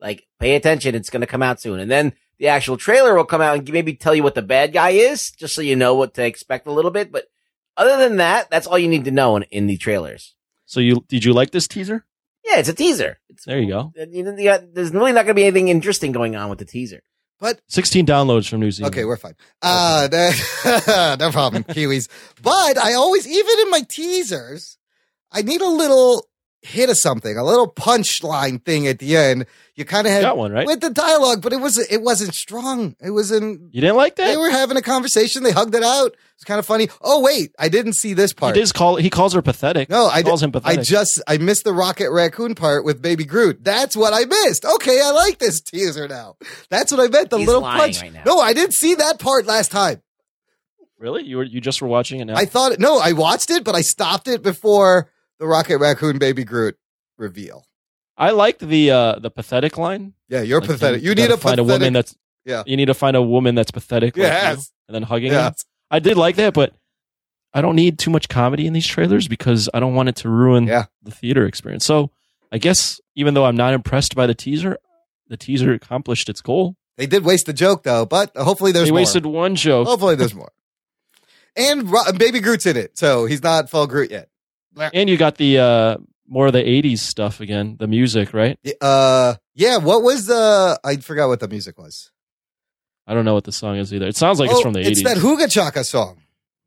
Like, pay attention; it's going to come out soon." And then the actual trailer will come out and maybe tell you what the bad guy is, just so you know what to expect a little bit. But other than that, that's all you need to know in, in the trailers.
So you did you like this teaser?
Yeah, it's a teaser. It's, Uh,
There you go.
you know, yeah, there's really not going to be anything interesting going on with the teaser.
but
16 downloads from New Zealand.
Okay, we're fine. Uh, *laughs* that, no problem, Kiwis. But I always, even in my teasers, I need a little hit of something, a little punchline thing at the end. You kind of had
Got one right.
with the dialogue, but it was it wasn't strong. It was in
You didn't like
they
that.
were having a conversation. They hugged it out. It's kind of funny. Oh wait, I didn't see this
He
part.
does call. He calls her pathetic.
No, I
He calls him
I
pathetic.
just I missed the Rocket Raccoon part with Baby Groot. That's what I missed. Okay, I like this teaser now. That's what I meant. The
He's
little
lying
punch.
right now.
no, I didn't see that part last time.
really, you were you just were watching it now.
I thought no, I watched it, but I stopped it before the Rocket Raccoon Baby Groot reveal.
I liked the uh the pathetic line.
Yeah, you're
Like,
pathetic. You, need
gotta
a
find
pathetic.
a woman that's
Yeah.
You need to find a woman that's pathetic. like you,
Yes.
and then hugging.
yeah.
Him. I did like that, but I don't need too much comedy in these trailers because I don't want it to ruin
Yeah.
the theater experience. So I guess even though I'm not impressed by the teaser, the teaser accomplished its goal.
They did waste the joke though, but hopefully there's
they
more.
wasted one joke.
Hopefully there's more. And Ro- Baby Groot's in it, so he's not full Groot yet.
And you got the uh, more of the '80s stuff again, the music, right?
Uh, yeah. What was the? I forgot what the music was.
I don't know what the song is either. It sounds like it's
Oh,
from the
It's
'80s.
that Huga Chaka song.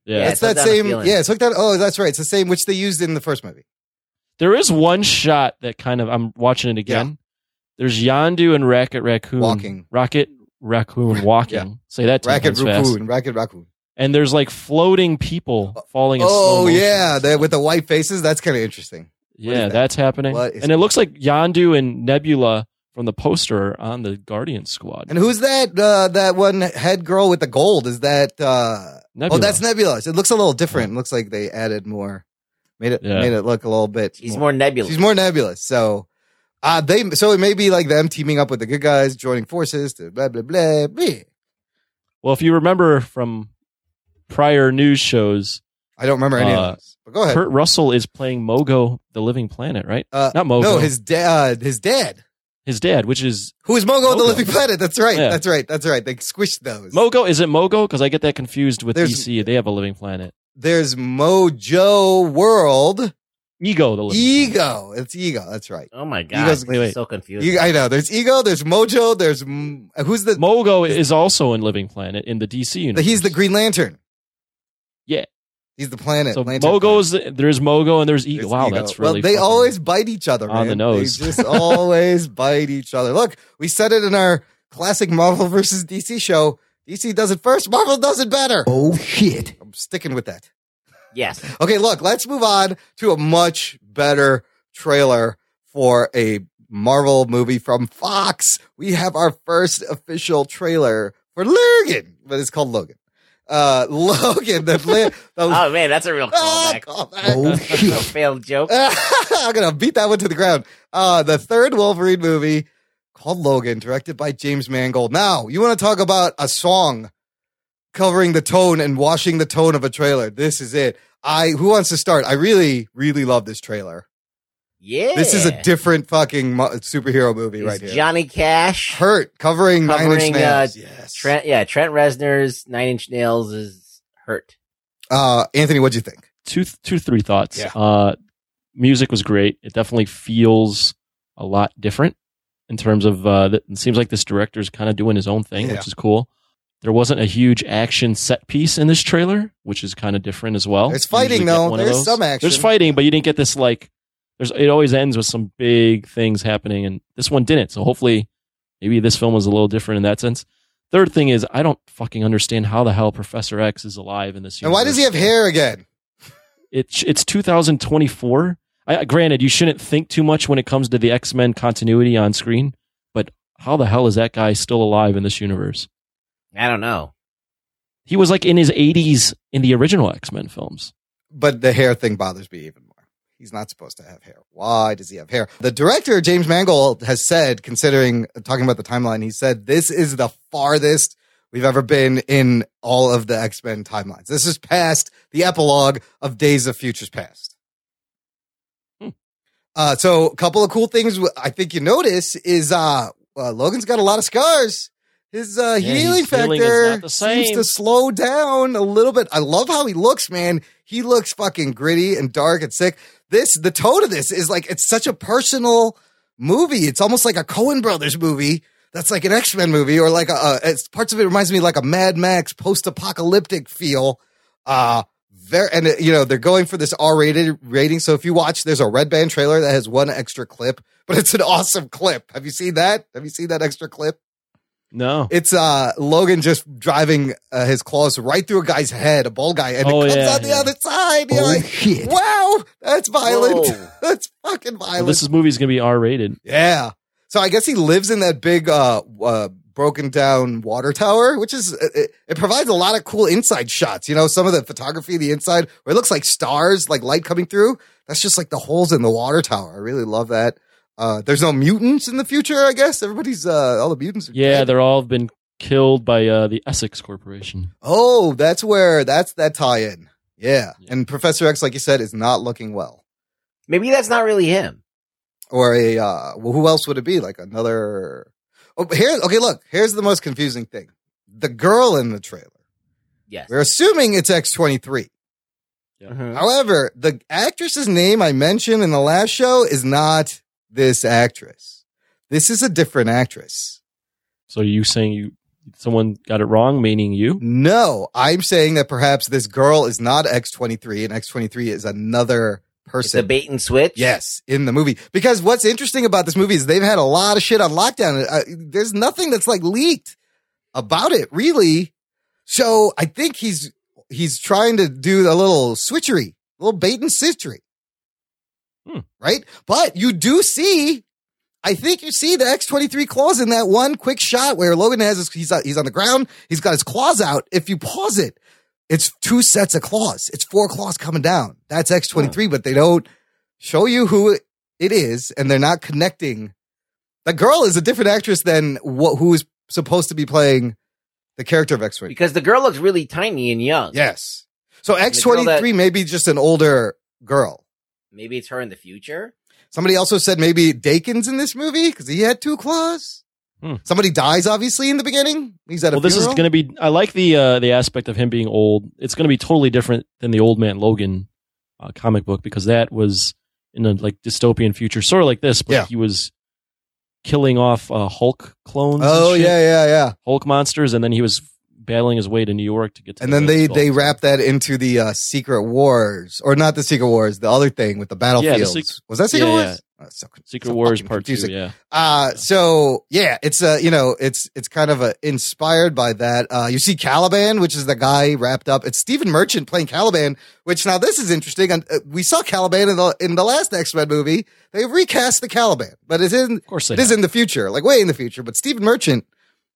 yeah.
Yeah.
it's that
Hooked on a
same.
Feeling.
Yeah, it's hooked on. Oh, that's right. It's the same which they used in the first movie.
there is one shot that kind of I'm watching it again. There's Yandu and Racket Raccoon
Walking.
Rocket Raccoon walking. Say that ten
Racket
times fast.
Raccoon. Racket Raccoon.
And there's like floating people falling. in slow
Oh
motion.
yeah, they, with the white faces. That's kind of interesting.
yeah,
is that?
that's happening.
What is-
And it looks like Yandu and Nebula from the poster are on the Guardian squad.
And who's that? Uh, that one head girl with the gold. Is that? Uh,
Nebula.
oh, that's Nebula. It looks a little different. It looks like they added more. Made it
Yeah.
made it look a little bit.
She's more nebulous.
She's more nebulous. So. Uh, they so it may be like them teaming up with the good guys, joining forces to blah blah blah. blah.
Well, if you remember from prior news shows,
I don't remember any
Uh,
of those. But go ahead.
Kurt Russell is playing Mogo, the Living Planet, right?
Uh,
Not Mogo.
No, his dad. his dad,
his dad, which is
who is Mogo of the
Mogo.
Living Planet. That's right.
Yeah.
That's right. That's right. They squished those.
Mogo. Is it Mogo? Because I get that confused with
There's-
DC. They have a Living Planet.
There's Mojo World.
Ego, the Living Planet.
Ego. It's Ego. That's right.
oh my
You
god,
guys-
wait, wait.
so confused.
You, I know. There's Ego. There's Mojo. There's M- who's the?
Mogo is also in Living Planet in the DC
the-
universe.
he's the Green Lantern.
Yeah.
He's the planet.
So
Lantern
Mogo's there's Mogo and there's
planet.
Ego.
It's
Wow,
Ego.
that's really.
well. They
fucking-
always bite each other
on the
man.
nose.
They
*laughs*
just always bite each other. Look, we said it in our classic Marvel versus DC show. DC does it first. Marvel does it better.
Oh shit.
I'm sticking with that.
yes,
Okay, look, let's move on to a much better trailer for a Marvel movie from Fox. We have our first official trailer for Logan, but it's called Logan. Uh, *laughs* Logan, the, li- the *laughs*
oh man,
*laughs*
that's a real
Ah,
callback.
callback.
Oh
*laughs*
a
shit.
failed joke.
I'm gonna beat that one to the ground. Uh, the third Wolverine movie called Logan, directed by James Mangold. Now, you want to talk about a song covering the tone and washing the tone of a trailer? This is it. I who wants to start? I really, really love this trailer.
Yeah,
This is a different fucking mo- superhero movie
It's
right here.
Johnny Cash.
Hurt covering, Nine Inch
Covering, uh,
Nails. yes.
Trent, yeah, Trent Reznor's Nine Inch Nails is hurt.
uh, Anthony, what'd you think?
two two three thoughts.
Yeah.
Uh, music was great. It definitely feels a lot different in terms of uh, th- it seems like this director's kind of doing his own thing,
Yeah.
which is cool. There wasn't a huge action set piece in this trailer, which is kind of different as well.
There's
You usually
fighting,
get
though.
one of
There's
those.
some action.
There's fighting, but you didn't get this like. There's it always ends with some big things happening, and this one didn't. So hopefully, maybe this film was a little different in that sense. Third thing is, I don't fucking understand how the hell Professor X is alive in this.
And why does he
universe
have hair again?
it's it's 2024. I, granted, you shouldn't think too much when it comes to the X Men continuity on screen, but how the hell is that guy still alive in this universe?
I don't know.
He was like in his 80s in the original X Men films.
but the hair thing bothers me even more. He's not supposed to have hair. Why does he have hair? The director, James Mangold, has said, considering talking about the timeline, he said, this is the farthest we've ever been in all of the X Men timelines. This is past the epilogue of Days of Futures Past.
Hmm.
Uh, so, a couple of cool things w- I think you notice is uh, uh, Logan's got a lot of scars. His uh, healing
Yeah, his healing is
factor
not the
seems
same.
to slow down a little bit. I love how he looks, man. He looks fucking gritty and dark and sick. This, the tone of this is like, it's such a personal movie. It's almost like a Coen Brothers movie that's like an X Men movie, or like a, a it's, parts of it reminds me like a Mad Max post apocalyptic feel. Uh, very and uh, you know they're going for this R-rated rating. So if you watch, there's a Red Band trailer that has one extra clip, but it's an awesome clip. Have you seen that? Have you seen that extra clip?
No.
It's uh Logan just driving uh, his claws right through a guy's head, a bald guy, and
Oh,
it comes
yeah,
out the
yeah.
other side. You're
Holy
like,
Oh, shit.
wow, that's violent.
Whoa.
*laughs* that's fucking
Well,
violent.
this is movie's gonna be R rated.
yeah. So I guess he lives in that big uh, uh broken down water tower, which is it, it provides a lot of cool inside shots. You know, some of the photography of the inside where it looks like stars, like light coming through. That's just like the holes in the water tower. I really love that. Uh, there's no mutants in the future, I guess. Everybody's uh, all the mutants. Are
Yeah,
dead.
they're all been killed by uh, the Essex Corporation.
Oh, that's where that's that tie-in. Yeah.
Yeah.
And Professor X, like you said, is not looking well.
Maybe that's not really him.
Or a uh well, who else would it be? Like another Oh here okay, look, here's the most confusing thing. The girl in the trailer.
Yes.
We're assuming it's X twenty three.
Mhm.
However, the actress's name I mentioned in the last show is not this actress. This is a different actress.
So are you saying you someone got it wrong, meaning you?
No, I'm saying that perhaps this girl is not X23 and X23 is another
It's the
person.
bait and switch.
Yes, in the movie. Because what's interesting about this movie is they've had a lot of shit on lockdown. Uh, there's nothing that's like leaked about it, really. So I think he's he's trying to do a little switchery, a little bait and switchery,
Hmm.
right? But you do see, I think you see the X twenty three claws in that one quick shot where Logan has his he's uh, he's on the ground, he's got his claws out. If you pause it, it's two sets of claws. It's four claws coming down. That's X twenty three, but they don't show you who it is, and they're not connecting. The girl is a different actress than what who is supposed to be playing the character of X twenty three.
Because the girl looks really tiny and young.
Yes. So X
the girl
twenty
that-
three may be just an older girl.
Maybe it's her in the future.
Somebody also said maybe Dakin's in this movie because he had two claws.
Hmm.
Somebody dies obviously in the beginning. He's at a
Well, this is
funeral.
going to be. I like the uh, the aspect of him being old. It's going to be totally different than the Old Man Logan uh, comic book because that was in a like dystopian future, sort of like this. But
Yeah.
he was killing off uh, Hulk clones. and
Oh
shit,
yeah, yeah, yeah.
Hulk monsters, and then he was battling his way to New York to get. to
And
the
then they
Skull.
they wrap that into the uh, Secret Wars, or not the Secret Wars, the other thing with the battlefields.
sec-
was that Secret
yeah,
Wars?
yeah.
Oh, so con-
Secret
so
Wars
fucking
Part
confusing.
Two. Yeah,
Uh, so yeah, it's uh, you know, it's it's kind of a, inspired by that. Uh, you see Caliban, which is the guy wrapped up. It's Stephen Merchant playing Caliban, which now this is interesting. And uh, we saw Caliban in the in the last X Men movie. They recast the Caliban, but it isn't
of course they.
it is
have.
in the future, like way in the future. But Stephen Merchant,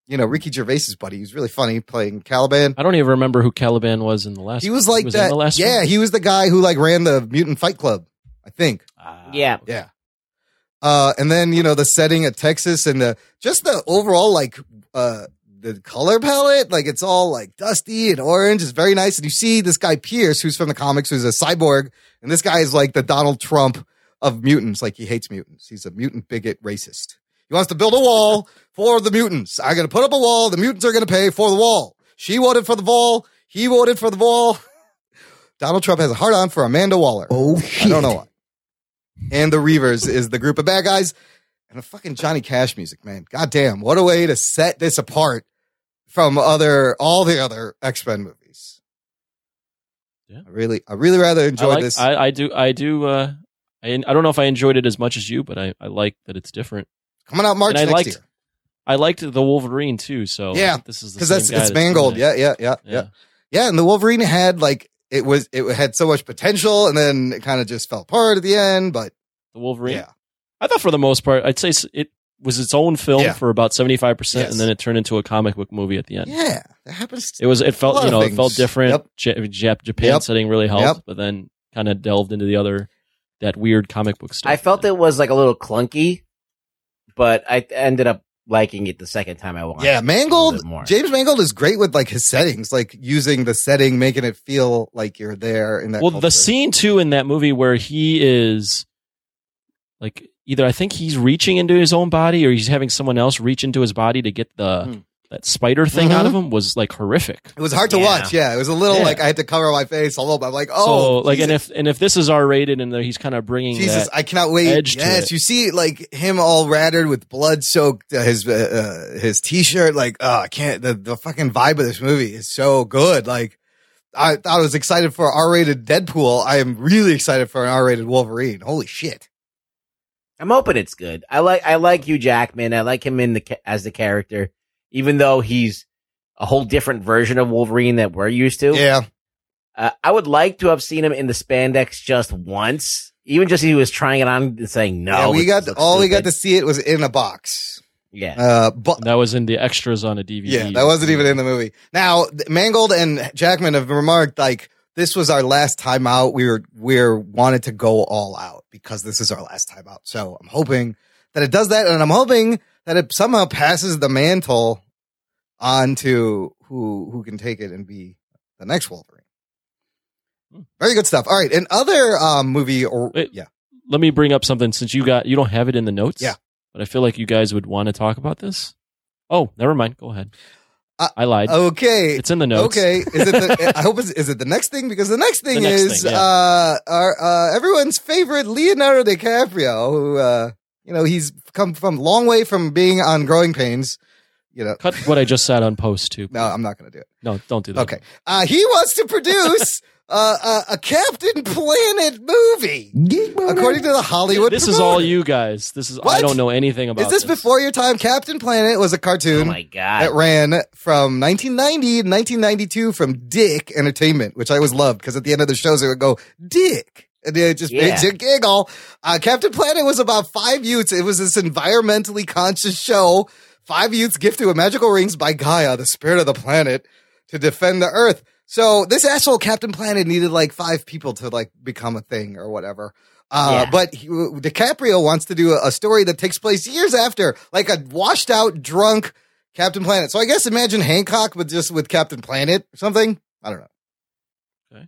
you know, Ricky Gervais's buddy, he's really funny playing Caliban.
I don't even remember who Caliban was in the last.
He was like
was in
that.
the last
yeah,
one?
he was the guy who like ran the Mutant Fight Club, I think.
Ah.
Yeah.
Yeah. Uh, and then you know the setting of Texas and the just the overall like uh the color palette, like it's all like dusty and orange. It's very nice. And you see this guy Pierce, who's from the comics, who's a cyborg, and this guy is like the Donald Trump of mutants. Like he hates mutants. He's a mutant bigot racist. He wants to build a wall for the mutants. I'm gonna put up a wall. The mutants are gonna pay for the wall. She voted for the wall. He voted for the wall. *laughs* Donald Trump has a hard on for Amanda Waller.
Oh shit.
I don't know why. And the Reavers is the group of bad guys. And the fucking Johnny Cash music, man. God damn, what a way to set this apart from other all the other X Men movies.
Yeah.
I really, I really rather
I,
enjoy
like,
this.
I, I do. I do. Uh, I, I don't know if I enjoyed it as much as you, but I, I like that it's different.
Coming out March
and I
next
liked
year
I liked the Wolverine too. So
Yeah,
I think this is the
because
same
that's
guy
it's Mangold.
doing
Yeah, yeah, yeah,
that.
yeah, yeah, And the Wolverine had like it was it had so much potential, and then it kind of just fell apart at the end. But
the Wolverine.
yeah,
I thought for the most part, I'd say s- it was its own film
Yeah.
for about seventy five percent,
Yes.
and then it turned into a comic book movie at the end.
yeah, that happens.
It was.
A
It
lot
felt you
of
know it
things.
felt different.
Yep.
Ja- Jap- Japan
Yep.
setting really helped,
Yep.
but then kind of delved into the other that weird comic book stuff.
I felt it was like a little clunky, but I ended up liking it the second time I watched.
Yeah,
it a little
Mangold.
bit more.
James Mangold is great with like his settings, like using the setting, making it feel like you're there in that.
Well,
culture.
the scene too in that movie where he is like either I think he's reaching into his own body or he's having someone else reach into his body to get the
Hmm.
that spider thing
Mhm.
out of him was like horrific.
It was hard to
Yeah.
watch. Yeah, it was a little
Yeah.
like I had to cover my face a little bit. I'm like,
so
oh,
like and
Jesus,
if and if this is R rated and he's kind of bringing
Jesus,
that
I cannot wait.
edge to
yes,
it.
you see like him all rattered with blood soaked uh, his uh, uh, his t shirt. Like, oh, I can't. The the fucking vibe of this movie is so good. Like. I, I was excited for R-rated Deadpool. I am really excited for an R-rated Wolverine. Holy shit!
I'm hoping it's good. I like I like Hugh Jackman. I like him in the ca- as the character, even though he's a whole different version of Wolverine that we're used to.
Yeah,
Uh, I would like to have seen him in the spandex just once, even just he was trying it on and saying no.
yeah, we
it
got
looks
all we got
stupid.
to see it was in a box.
Yeah,
Uh, but
That was in the extras on a DVD.
yeah, that wasn't even in the movie. Now th- Mangold and Jackman have remarked like this was our last time out. We were we are wanted to go all out because this is our last time out. So I'm hoping that it does that, and I'm hoping that it somehow passes the mantle on to who who can take it and be the next Wolverine. Very good stuff. All right, and other um, movie or
Hmm. Wait.
yeah,
Let me bring up something since you got you don't have it in the notes.
Yeah.
But I feel like you guys would want to talk about this. Oh, never mind. Go ahead.
Uh,
I lied.
okay,
it's in the notes.
Okay, is it?
*laughs*
The, I hope it's, is it the next thing because the next thing
The next
is
thing, yeah.
uh, our uh, everyone's favorite Leonardo DiCaprio, who uh, you know he's come from long way from being on Growing Pains. You know,
Cut what I just said on post too.
*laughs* no, I'm not going to do it.
No, don't do that.
Okay, uh, he wants to
*laughs*
produce uh, a, a Captain Planet movie, according to the Hollywood.
This is
Promoter.
all you guys. This is
What?
I don't know anything about
Is this before your time? Captain Planet was a
oh
cartoon
my god,
that ran from 1990 to 1992 from Dick Entertainment, which I always loved because at the end of the shows they would go Dick. And they just
Yeah.
made you giggle. Uh, Captain Planet was about five youths. It was this environmentally conscious show. Five youths gifted with magical rings by Gaia, the spirit of the planet, to defend the Earth. So this asshole Captain Planet needed like five people to like become a thing or whatever. Uh,
Yeah.
But he, DiCaprio wants to do a, a story that takes place years after, like a washed out, drunk Captain Planet. So I guess imagine Hancock with just with Captain Planet or something. I don't know.
Okay.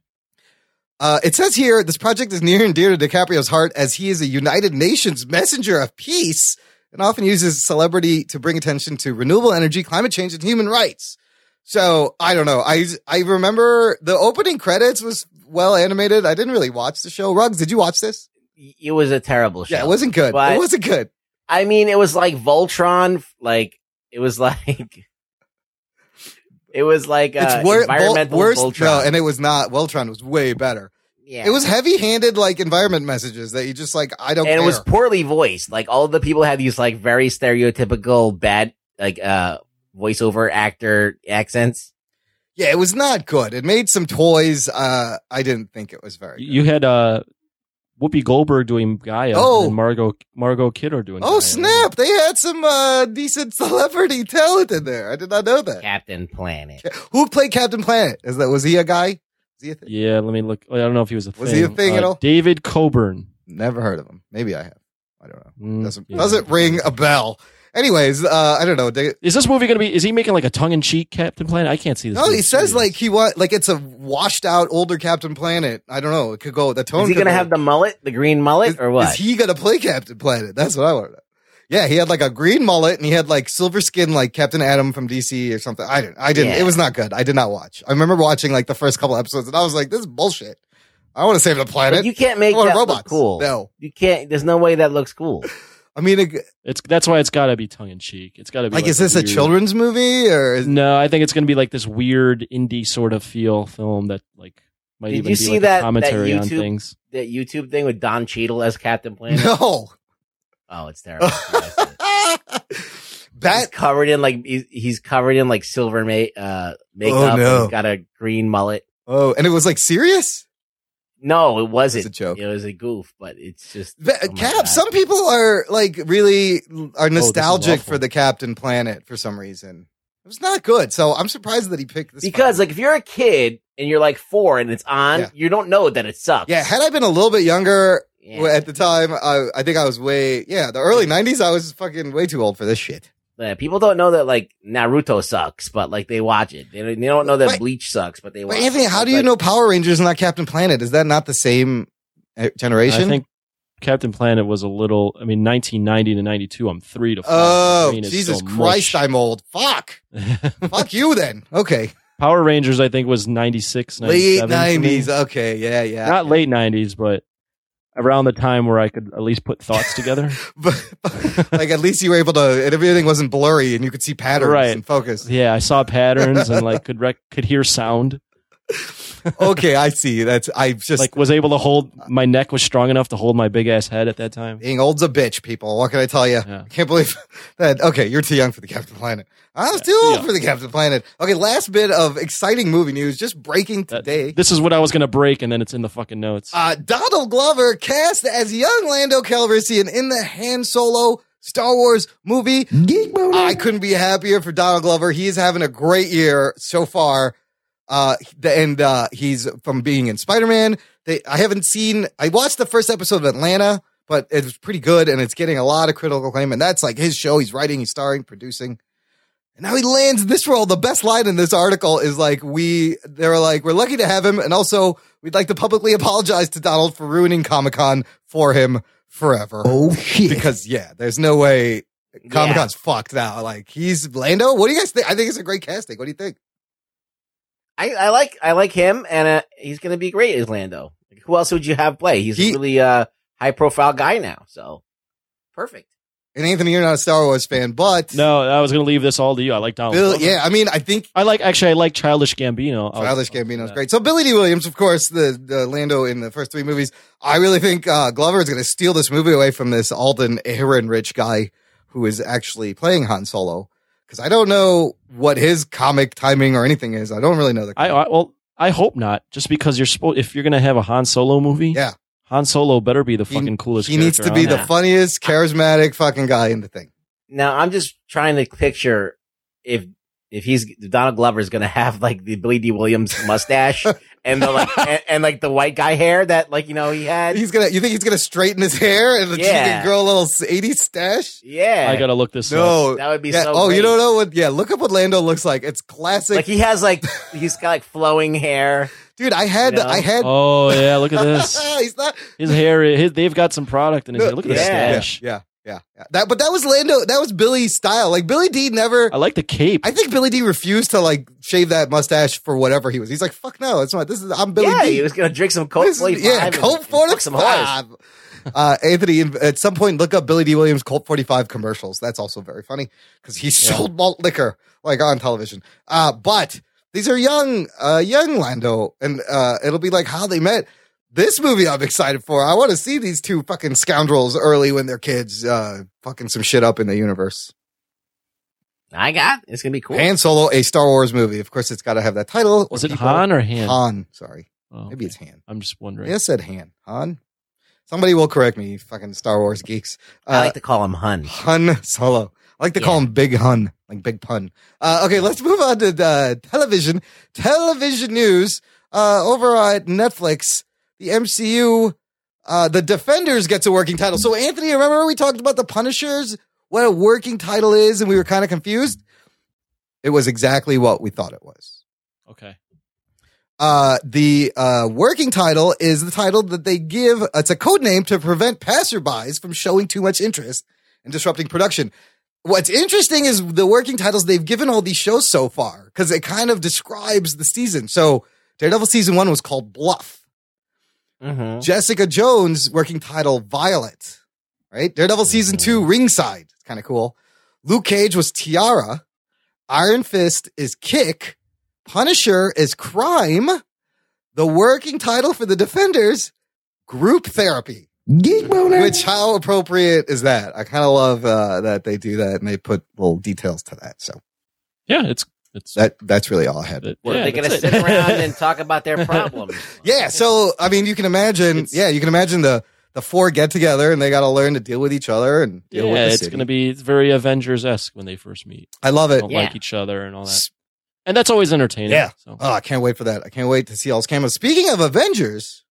Uh, it says here this project is near and dear to DiCaprio's heart as he is a United Nations messenger of peace and often uses celebrity to bring attention to renewable energy, climate change, and human rights. So I don't know. I I remember the opening credits was well animated. I didn't really watch the show. Rugs, did you watch this?
it was a terrible show.
Yeah, it wasn't good.
But-
it wasn't good.
I mean, it was like Voltron. Like it was *laughs* like it was like uh,
it's wor-
environmental
worse.
Voltron.
No, and it was not. Weltron was way better.
yeah.
It was heavy-handed like environment messages that you just like. I don't.
and
care.
it was poorly voiced. Like all the people had these like very stereotypical bad like uh voiceover actor accents.
yeah, it was not good. It made some toys. Uh, I didn't think it was very. Good.
You had uh, Whoopi Goldberg doing Gaia
Oh.
and Margot Margot Kidder doing.
oh
Gaia.
snap! They had some uh, decent celebrity *laughs* talent in there. I did not know that.
Captain Planet.
Who played Captain Planet? Is that was he a guy? Is he a thing?
Yeah, let me look. I don't know if he was a thing.
Was he a thing
Uh,
at all?
David Coburn.
Never heard of him. Maybe I have. I don't know.
Mm,
Doesn't
yeah.
doesn't ring a bell. Anyways, uh, I don't know. They-
Is this movie going to be? Is he making like a tongue in cheek Captain Planet? I can't see this.
No,
movie
he says
serious.
like he want like it's a washed out older Captain Planet. I don't know. It could go. The tone.
Is he
could
gonna
go-
have the mullet, the green mullet,
Is-
or what?
Is he gonna play Captain Planet? That's what I want to know. Yeah, he had like a green mullet and he had like silver skin, like Captain Adam from DC or something. I didn't. I didn't.
Yeah.
It was not good. I did not watch. I remember watching like the first couple episodes and I was like, "This is bullshit. I want to save the
Like,
planet.
you can't make
I want
that
robots.
look cool.
No,
You can't. There's no way that looks cool. *laughs*
I mean, it-
it's that's why it's got to be tongue in cheek. It's got to be
like, is this a
weird-
children's movie or is,
No, I think it's going to be like this weird indie sort of feel film that like might
Did
even
you
be
see
like
that-
a
that
commentary on
YouTube-
things.
That YouTube thing with Don Cheadle as Captain
*laughs*
Planet.
no?
*laughs* Oh,
*laughs*
it's terrible. he's
that
covered in like he's, he's covered in like silver ma- uh, makeup.
Oh, no.
He's got a green mullet.
oh, and it was like serious.
No, it wasn't.
It's a joke.
It was a goof, but it's just
The-
oh my
Cap.
God. Oh,
Some people are like really are
is
nostalgic
awful.
for the Captain Planet for some reason. It was not good, so I'm surprised that he picked this.
because
fucking-
like if you're a kid and you're like four and it's on,
Yeah.
you don't know that it sucks.
yeah, had I been a little bit younger
Yeah.
at the time, I, I think I was way yeah. The early '90s, I was fucking way too old for this shit.
Yeah, people don't know that like Naruto sucks, but like they watch it. They don't, they don't know that
But-
Bleach sucks, but they watch.
But Anthony,
it.
how
It's
do you
like-
know Power Rangers and not Captain Planet? Is that not the same uh, generation?
I think Captain Planet was a little. I mean, 1990 to 92. I'm three to. five. My
Oh
brain is
Jesus
so
Christ!
mush.
I'm old.
*laughs*
Fuck. Fuck you then. Okay.
Power Rangers, I think, was 96,
Late
97 for me.
nineties. uh, Okay. Yeah. Yeah.
Not late 90s, but around the time where I could at least
*laughs*
put thoughts together.
but but, like at least you were able to and everything wasn't blurry and you could see patterns
Right.
and focus
yeah, I saw patterns and like could rec- could hear sound.
okay, I see. That's I just
like was able to hold my neck was strong enough to hold my big ass head at that time.
being old's a bitch, people. What can I tell you?
Yeah.
I can't believe *laughs* that. Okay, you're too young for the Captain Planet. I was too
too
old
young.
for the Captain Planet. Okay, last bit of exciting movie news just breaking
That-
today.
This is what I was gonna break, and then it's in the fucking notes.
Uh, Donald Glover cast as young Lando Calrissian in the Han Solo Star Wars movie.
Geek boner.
I couldn't be happier for Donald Glover. He is having a great year so far. Uh, and uh, he's from being in Spider Man. They, I haven't seen. I watched the first episode of Atlanta, but it was pretty good, and it's getting a lot of critical acclaim. And that's like his show. He's writing, he's starring, producing. And now he lands this role. The best line in this article is like, "We they were like, we're lucky to have him, and also we'd like to publicly apologize to Donald for ruining Comic Con for him forever."
oh shit.
Because yeah, there's no way Comic
Yeah.
Con's fucked now. Like he's Lando. What do you guys think? I think it's a great casting. What do you think?
I, I like I like him, and uh, he's going to be great as Lando. Like, who else would you have play? He's
He-
a really uh, high profile guy now, so perfect.
And Anthony, you're not a Star Wars fan, but
no, I was gonna leave this all to you. I like Donald.
Bill,
Glover.
yeah, I mean, I think
I like actually. I like Childish Gambino. I was-
Childish
I was-
Gambino is
yeah.
great. So Billy D. Williams, of course, the, the Lando in the first three movies. I really think uh, Glover is going to steal this movie away from this Alden Ehrenrich guy who is actually playing Han Solo. Because I don't know what his comic timing or anything is. I don't really know the.
I, I well, I hope not. Just because you're spo- if you're gonna have a Han Solo movie,
Yeah.
Han Solo better be the
He-
fucking coolest.
he needs to
character
be
on
the
there.
funniest, charismatic fucking guy in the thing.
Now I'm just trying to picture if if he's if Donald Glover is going to have like the Billy D Williams
*laughs*
mustache and the like and, and like the white guy hair that like you know he had.
He's gonna. You think he's gonna straighten his hair and
Yeah.
grow a little '80s stash?
yeah,
I gotta look this up.
No.
that would be
Yeah.
so.
oh,
great.
you don't know what? Yeah, look up what Lando looks like. It's classic,
Like he has like he's got like flowing hair.
dude. I had,
You know?
I had.
Oh yeah, look at this.
*laughs* he's not.
His hair. His, they've got some product in his
No,
hair. Look at the
yeah.
stash.
Yeah, yeah, yeah. That, but that was Lando. That was Billy's style. Like Billy D never.
I like the cape.
I think Billy D refused to like shave that mustache for whatever he was. He's like, "Fuck no, it's not. This is I'm Billy
yeah,
D."
he was going to drink some Coke
This is-
45.
yeah,
and-
Colt
and fuck some horse.
45. Uh, Anthony, in- at some point, look up Billy D. Williams Colt 45 commercials. That's also very funny because he sold malt liquor like on television. Uh, but these are young, uh, young Lando, and uh, it'll be like how they met. This movie I'm excited for. I want to see these two fucking scoundrels early when they're kids, uh, fucking some shit up in the universe.
I got. It's going to be cool.
Han Solo, a Star Wars movie. Of course, it's got to have that title.
Was
or
it
people.
Han or Han?
Han, sorry.
Oh,
Maybe
okay.
it's Han.
I'm just wondering.
Yeah, I said Han. Han. Somebody will correct me, you fucking Star Wars geeks.
I
Uh,
like to call him Hun.
Hun Solo. I like to call him Big Hun, like Big Pun. Uh, okay, let's move on to uh, television. Television news uh, over at Netflix. The MCU, uh, the Defenders gets a working title. So Anthony, remember we talked about the Punishers, what a working title is, and we were kind of confused. It was exactly what we thought it was.
Okay.
Uh, the uh, working title is the title that they give. It's a code name to prevent passerbys from showing too much interest and disrupting production. What's interesting is the working titles they've given all these shows so far because it kind of describes the season. So Daredevil season one was called Bluff.
Mm-hmm.
Jessica Jones working title Violet, right? Daredevil season two Ringside, it's kind of cool. Luke Cage was Tiara. Iron Fist is Kick. Punisher is Crime. The working title for the Defenders, Group Therapy.
Geek boner.
Which how appropriate is that? I kind of love uh, that they do that and they put little details to that. So
Yeah, it's it's.
that that's really all I had.
it-
Where
yeah,
they're going to
that's
sit
*laughs*
it. *laughs*
around and talk about their problems.
Yeah, so I mean, you can imagine.
It's-
yeah, you can imagine the the four get together and they got to learn to deal with each other and deal
yeah,
with the
it's
city.
going to be very Avengers esque when they first meet.
I love it.
Don't
Yeah.
like each other and all that.
S-
And that's always entertaining.
Yeah.
So.
Oh, I can't wait for that. I can't wait to see all those cameos. Speaking of Avengers,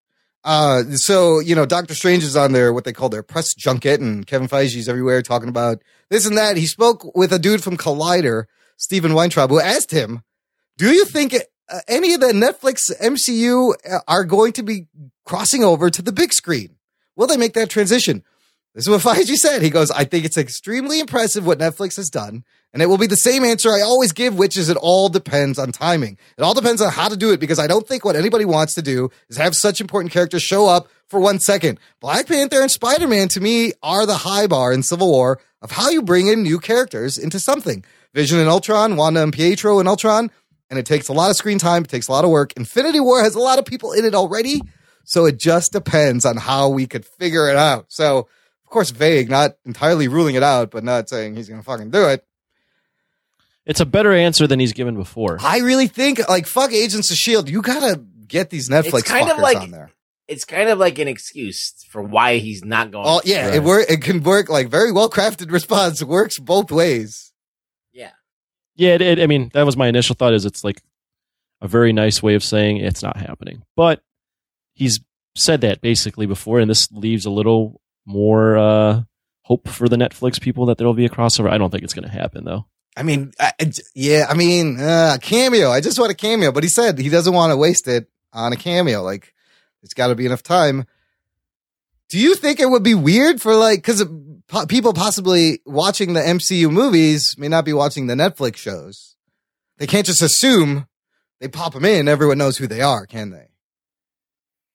uh, so you know, Doctor Strange is on their what they call their press junket, and Kevin Feige's everywhere talking about this and that. He spoke with a dude from Collider, Stephen Weintraub, who asked him, "Do you think uh, any of the Netflix MCU uh, are going to be crossing over to the big screen? Will they make that transition?" This is what *laughs* Feige said. He goes, "I think it's extremely impressive what Netflix has done." And it will be the same answer I always give, which is it all depends on timing. It all depends on how to do it because I don't think what anybody wants to do is have such important characters show up for one second. Black Panther and Spider Man to me are the high bar in Civil War of how you bring in new characters into something. Vision and Ultron, Wanda and Pietro and Ultron, and it takes a lot of screen time. It takes a lot of work. Infinity War has a lot of people in it already, so it just depends on how we could figure it out. So, of course, vague, not entirely ruling it out, but not saying he's going to fucking do it.
It's a better answer than he's given before.
I really think, like, fuck Agents of Shield. E You gotta get these Netflix
It's kind
fuckers
of like-
on there.
It's kind of like an excuse for why he's not going.
Oh yeah, it
Right.
work. It can work like very well crafted *laughs* response works both ways.
yeah.
Yeah, it, it, I mean, that was my initial thought. Is it's like a very nice way of saying it's not happening, but he's said that basically before, and this leaves a little more uh, hope for the Netflix people that there will be a crossover. I don't think it's going to happen though.
I mean, I, I j- yeah, I mean, uh, cameo. I just want a cameo, but he said he doesn't want to waste it on a cameo. Like, it's got to be enough time. Do you think it would be weird for like because po- people possibly watching the MCU movies may not be watching the Netflix shows? They can't just assume they pop them in. Everyone knows who they are, can they?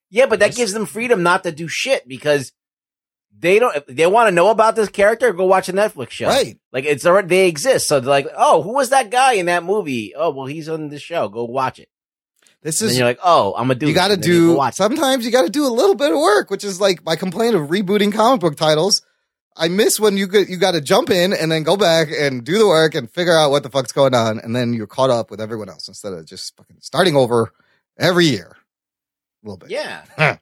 Yeah, but that
Yes.
gives them freedom not to do shit because they don't. If they want to know about this character, go watch a Netflix show.
Right.
Like it's already they exist. So they're like, oh, who was that guy in that movie? Oh, well, he's on the show. Go watch it.
This
And
is
then you're like, oh, I'm gonna do.
you
it.
got to
And then go
do
watch. it.
sometimes you got to do a little bit of work, which is like my complaint of rebooting comic book titles. I miss when you could, you got to jump in and then go back and do the work and figure out what the fuck's going on, and then you're caught up with everyone else instead of just fucking starting over every year. A little bit.
Yeah.
Huh.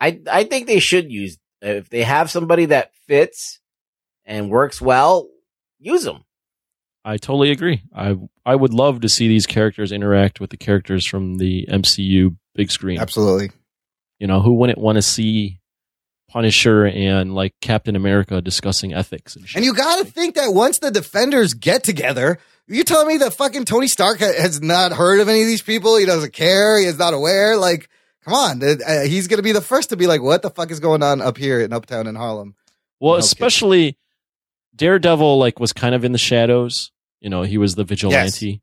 I I think they should use if they have somebody that fits and works well, use them.
I totally agree. I I would love to see these characters interact with the characters from the MCU big screen.
absolutely.
You know, who wouldn't want to see Punisher and like Captain America discussing ethics and shit?
And you got to think that once the defenders get together, you telling me that fucking Tony Stark ha- has not heard of any of these people? He doesn't care. He is not aware. Like, come on, th- uh, he's gonna be the first to be like, "What the fuck is going on up here in Uptown in Harlem?"
Well,
Okay.
especially Daredevil, like was kind of in the shadows. You know, he was the vigilante,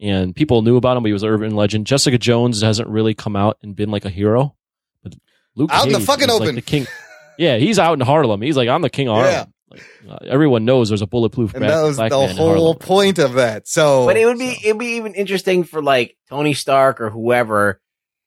and people knew about him. But he was an urban legend. Jessica Jones hasn't really come out and been like a hero. But Luke
Out in the
Cage
fucking
is, like,
open.
the king. Yeah, he's out in Harlem. He's like, I'm the king of Harlem.
Yeah.
Like, uh, everyone knows there's a bulletproof.
and
black-
that was
black
the
man in Harlem.
whole point of that. So,
But it would be it'd be even interesting for like Tony Stark or whoever,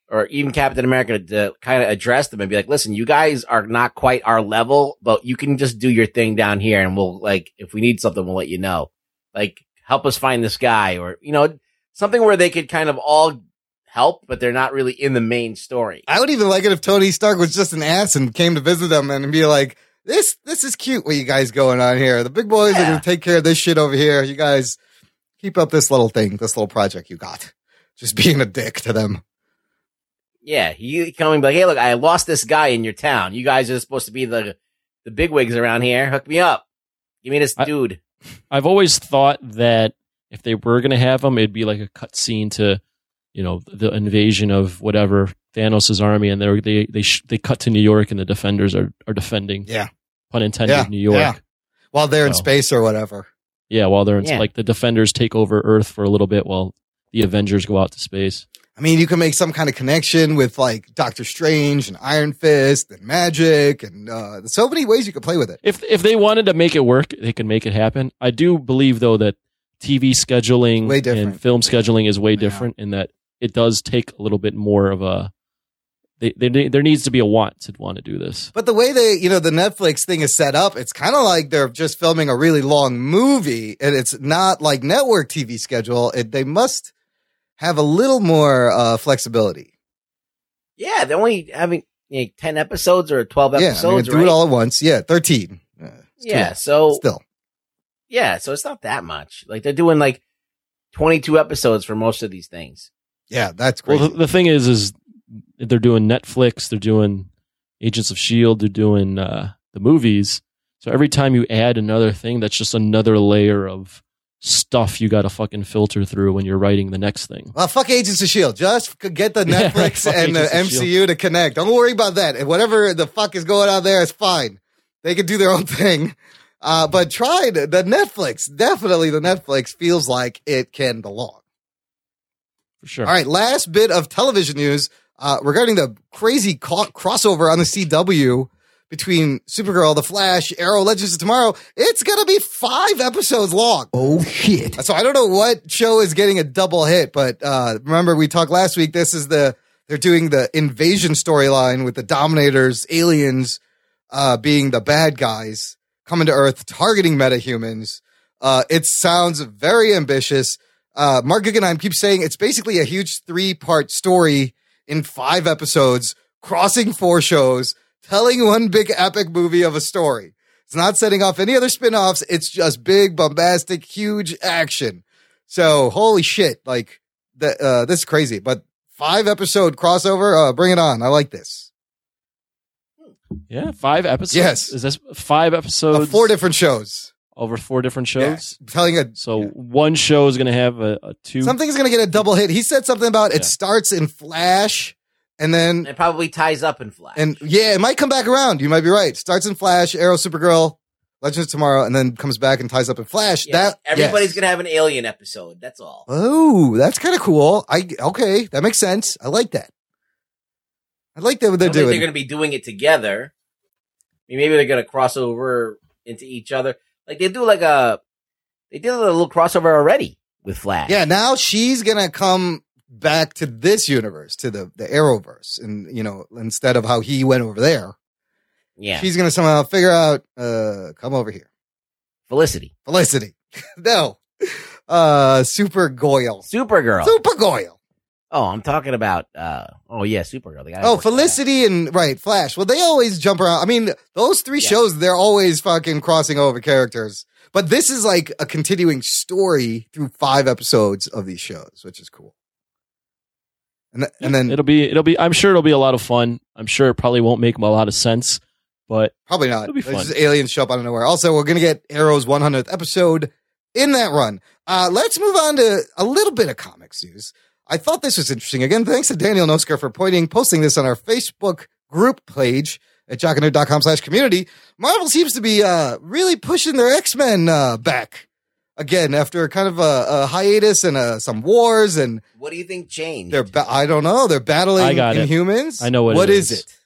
or even Captain America to kind of address them and be like, "Listen, you guys are not quite our level, but you can just do your thing down here, and we'll like if we need something, we'll let you know. Like help us find this guy, or you know something where they could kind of all help, but they're not really in the main story.
I would even like it if Tony Stark was just an ass and came to visit them and be like, "This, this is cute. What you guys going on here? The big boys are
Yeah.
gonna take care of this shit over here. You guys keep up this little thing, this little project you got. *laughs* Just being a dick to them."
Yeah, you coming like, hey, look, I lost this guy in your town. You guys are supposed to be the the bigwigs around here. Hook me up. Give me this
I-
dude.
I've always thought that if they were going to have him, it'd be like a cutscene to, you know, the invasion of whatever Thanos' army, and they they they sh- they cut to New York, and the defenders are are defending.
Yeah.
pun intended.
Yeah,
New York.
yeah.
Yeah.
While they're in
So-
space or whatever.
while they're in,
Yeah.
like the defenders take over Earth for a little bit, while the Avengers go out to space.
I mean, you can make some kind of connection with like Doctor Strange and Iron Fist and magic and uh, there's so many ways you could play with it.
If if they wanted to make it work, they could make it happen. I do believe though that TV scheduling
Way different.
and film scheduling is way
Yeah.
different, in that it does take a little bit more of a. They, they, there needs to be a want to want to do this.
But the way they, you know, the Netflix thing is set up, it's kind of like they're just filming a really long movie and it's not like network TV schedule. It, they must have a little more uh, flexibility.
Yeah, they're only having you know, ten episodes or twelve
yeah. I mean,
episodes.
do
right?
it all at once. Yeah. 13. Uh, it's too
yeah,
long.
so
Still.
yeah, so it's not that much. Like they're doing like twenty-two episodes for most of these things.
Yeah. That's great.
Well, the, the thing is, is they're doing Netflix, they're doing Agents of Shield, E they're doing uh, the movies. So every time you add another thing, that's just another layer of stuff you got to fucking filter through when you're writing the next thing.
Well, Uh, fuck Agents of S.H.I.E.L.D. E Just c- get the
*laughs* Yeah, right,
Netflix
fuck
and the
Agents of
MCU to connect. Don't worry about that. And Whatever the fuck is going on there is fine. They can do their own *laughs* thing. Uh, but try the the Netflix. Definitely the Netflix feels like it can belong.
For sure.
All right, last bit of television news uh, regarding the crazy co- crossover on the CW between Supergirl, The Flash, Arrow, Legends of Tomorrow, it's gonna be five episodes long.
Oh shit.
*laughs* So I don't know what show is getting a double hit, but uh, remember we talked last week. This is the they're doing the invasion storyline with the Dominators, aliens uh, being the bad guys coming to Earth, targeting metahumans. Uh, it sounds very ambitious. Uh, Mark Guggenheim keeps saying it's basically a huge three part story in five episodes, crossing four shows, telling one big epic movie of a story. It's not setting off any other spin-offs. It's just big, bombastic, huge action. So holy shit! Like the, uh, this is crazy. But five episode crossover. Uh, bring it on! I like this.
Yeah, five episodes.
Yes.
is this five
Uh,
episodes?
four different shows
over four different shows.
telling a
So one show is going to have a, a two.
something's gonna get a double hit. He said something about it
Yeah.
starts in Flash, and then
It probably ties up in Flash.
and yeah, it might come back around. You might be right. Starts in Flash, Arrow, Supergirl, Legends of Tomorrow, and then comes back and ties up in Flash.
Yeah,
That
everybody's
yes.
gonna have an alien episode. That's all.
Oh, that's kind of cool. I okay, that makes sense. I like that. I like that what
I
they're
don't think
doing.
they're gonna be doing it together. I mean, maybe they're gonna cross over into each other. Like they do like a they did a little crossover already with Flash.
yeah, now she's gonna come back to this universe, to the the Arrowverse, and you know, instead of how he went over there,
yeah.
she's gonna somehow figure out, uh, come over here,
Felicity,
Felicity. *laughs* no, uh, Super Goyle,
Supergirl.
Super Goyle.
oh, I'm talking about. uh Oh yeah, Supergirl. The guy
Oh, Felicity and right Flash. Well, they always jump around. I mean, those three
Yeah.
shows they're always fucking crossing over characters. But this is like a continuing story through five episodes of these shows, which is cool. And th- and then
it'll be it'll be. I'm sure it'll be a lot of fun. I'm sure it probably won't make a lot of sense, but
probably not.
it'll be
It's
fun.
just aliens show up out of nowhere. Also, we're gonna get Arrow's 100th episode in that run. Uh, let's move on to a little bit of comics news. I thought this was interesting. Again, thanks to Daniel Nosker for pointing posting this on our Facebook group page at jockandnerd.com slash community. Marvel seems to be uh, really pushing their X Men uh, back again after kind of a, a hiatus and uh, some wars, and
What do you think changed?
they're ba- I don't know they're battling
I got it.
Inhumans.
I know what
what
it
is
is.
it?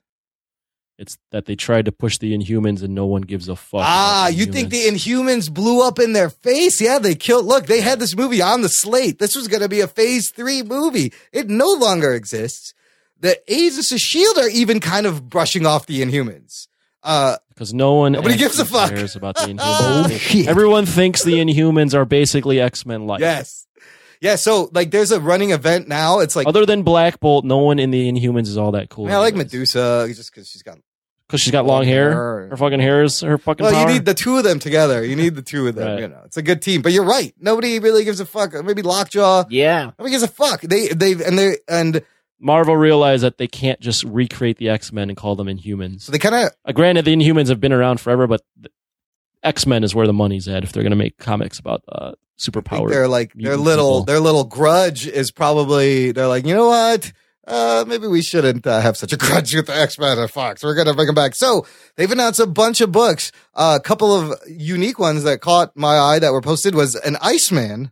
it's that they tried to push the Inhumans and no one gives a fuck.
Ah,
about
you think the
Inhumans.
Inhumans blew up in their face? Yeah, they killed. Look, they had this movie on the slate. This was going to be a phase three movie. It no longer exists. The Agents of S.H.I.E.L.D. E are even kind of brushing off the Inhumans. Uh,
because no one
Nobody
actually
gives a fuck.
cares
*laughs*
about the
Oh
Inhumans.
shit.
Everyone thinks the Inhumans are basically X Men like.
yes. Yeah, so like there's a running event now. It's like,
Other than Black Bolt, no one in the Inhumans is all that cool.
man, I like Medusa just because she's got
because she's got long hair. Her fucking hair is her fucking.
Well,
power.
you need the two of them together. You need the two of them.
Right.
You know, it's a good team. But you're right. Nobody really gives a fuck. Maybe Lockjaw.
yeah.
Nobody gives a fuck. They, they, and they, and
Marvel realized that they can't just recreate the X Men and call them Inhumans.
so they kind of
Uh, granted, the Inhumans have been around forever, but X Men is where the money's at if they're going to make comics about uh,
think
superpower.
they're like their
mutant
little
people.
their little grudge is probably they're like you know what uh, maybe we shouldn't uh, have such a *laughs* grudge with the X Men and Fox. We're gonna bring them back. So they've announced a bunch of books. Uh, a couple of unique ones that caught my eye that were posted was an Iceman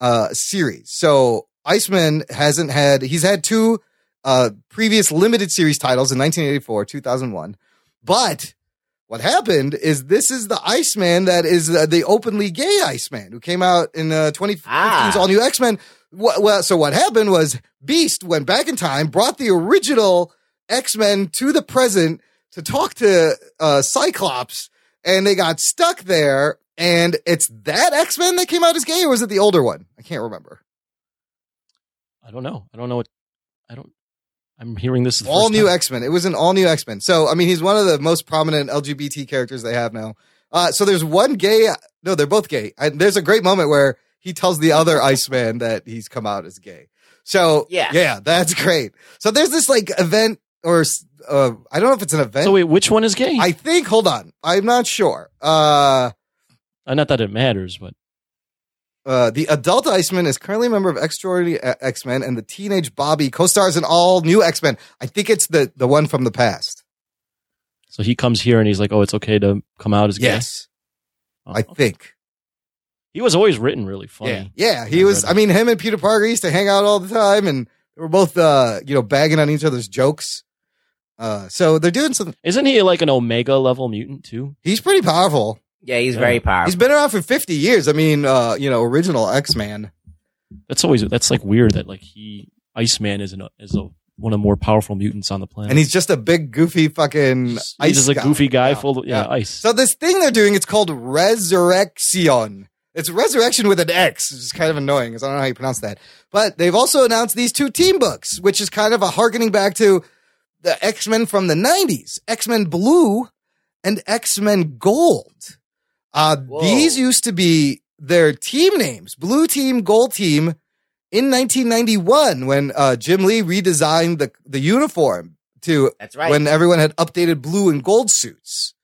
uh, series. So Iceman hasn't had he's had two uh, previous limited series titles in 1984, 2001, but what happened is this is the Iceman that is the, the openly gay Iceman who came out in uh, 2015's
Ah.
All New X Men. Well, so what happened was Beast went back in time, brought the original X Men to the present to talk to uh, Cyclops, and they got stuck there. And it's that X Men that came out as gay, or was it the older one? I can't remember.
I don't know. I don't know what. I don't. I'm hearing this. The
all
first
new
time.
X Men. It was an all new X Men. So I mean, he's one of the most prominent LGBT characters they have now. Uh, so there's one gay. No, they're both gay. And there's a great moment where he tells the other Iceman that he's come out as gay. So
Yeah.
yeah, that's great. So there's this like event, or uh, I don't know if it's an event.
So wait, which one is gay?
I think. Hold on, I'm not sure. Uh,
Uh, not that it matters, but
uh, the adult Iceman is currently a member of Extraordinary uh, X Men, and the teenage Bobby co-stars in all new X Men. I think it's the the one from the past.
so he comes here and he's like, "Oh, it's okay to come out as gay." Oh,
I think.
he was always written really funny.
Yeah, yeah. He
I
was.
read
I mean, him and Peter Parker used to hang out all the time, and they were both, uh, you know, bagging on each other's jokes. Uh, so they're doing some.
Isn't he like an Omega level mutant too?
He's pretty powerful.
Yeah, he's
Yeah.
very powerful.
He's been around for 50 years. I mean, uh, you know, original X Man.
That's always that's like weird that like he Iceman is an is a one of the more powerful mutants on the planet.
And he's just a big, goofy fucking
He's
ice
just a goofy guy full of yeah,
Yeah.
ice.
So this thing they're doing, it's called Resurrection. It's resurrection with an X, which is kind of annoying because I don't know how you pronounce that. But they've also announced these two team books, which is kind of a harkening back to the X Men from the 90s X Men Blue and X Men Gold. Uh,
Whoa.
these used to be their team names Blue Team, Gold Team in 1991 when uh, Jim Lee redesigned the, the uniform to
That's right.
when everyone had updated blue and gold suits.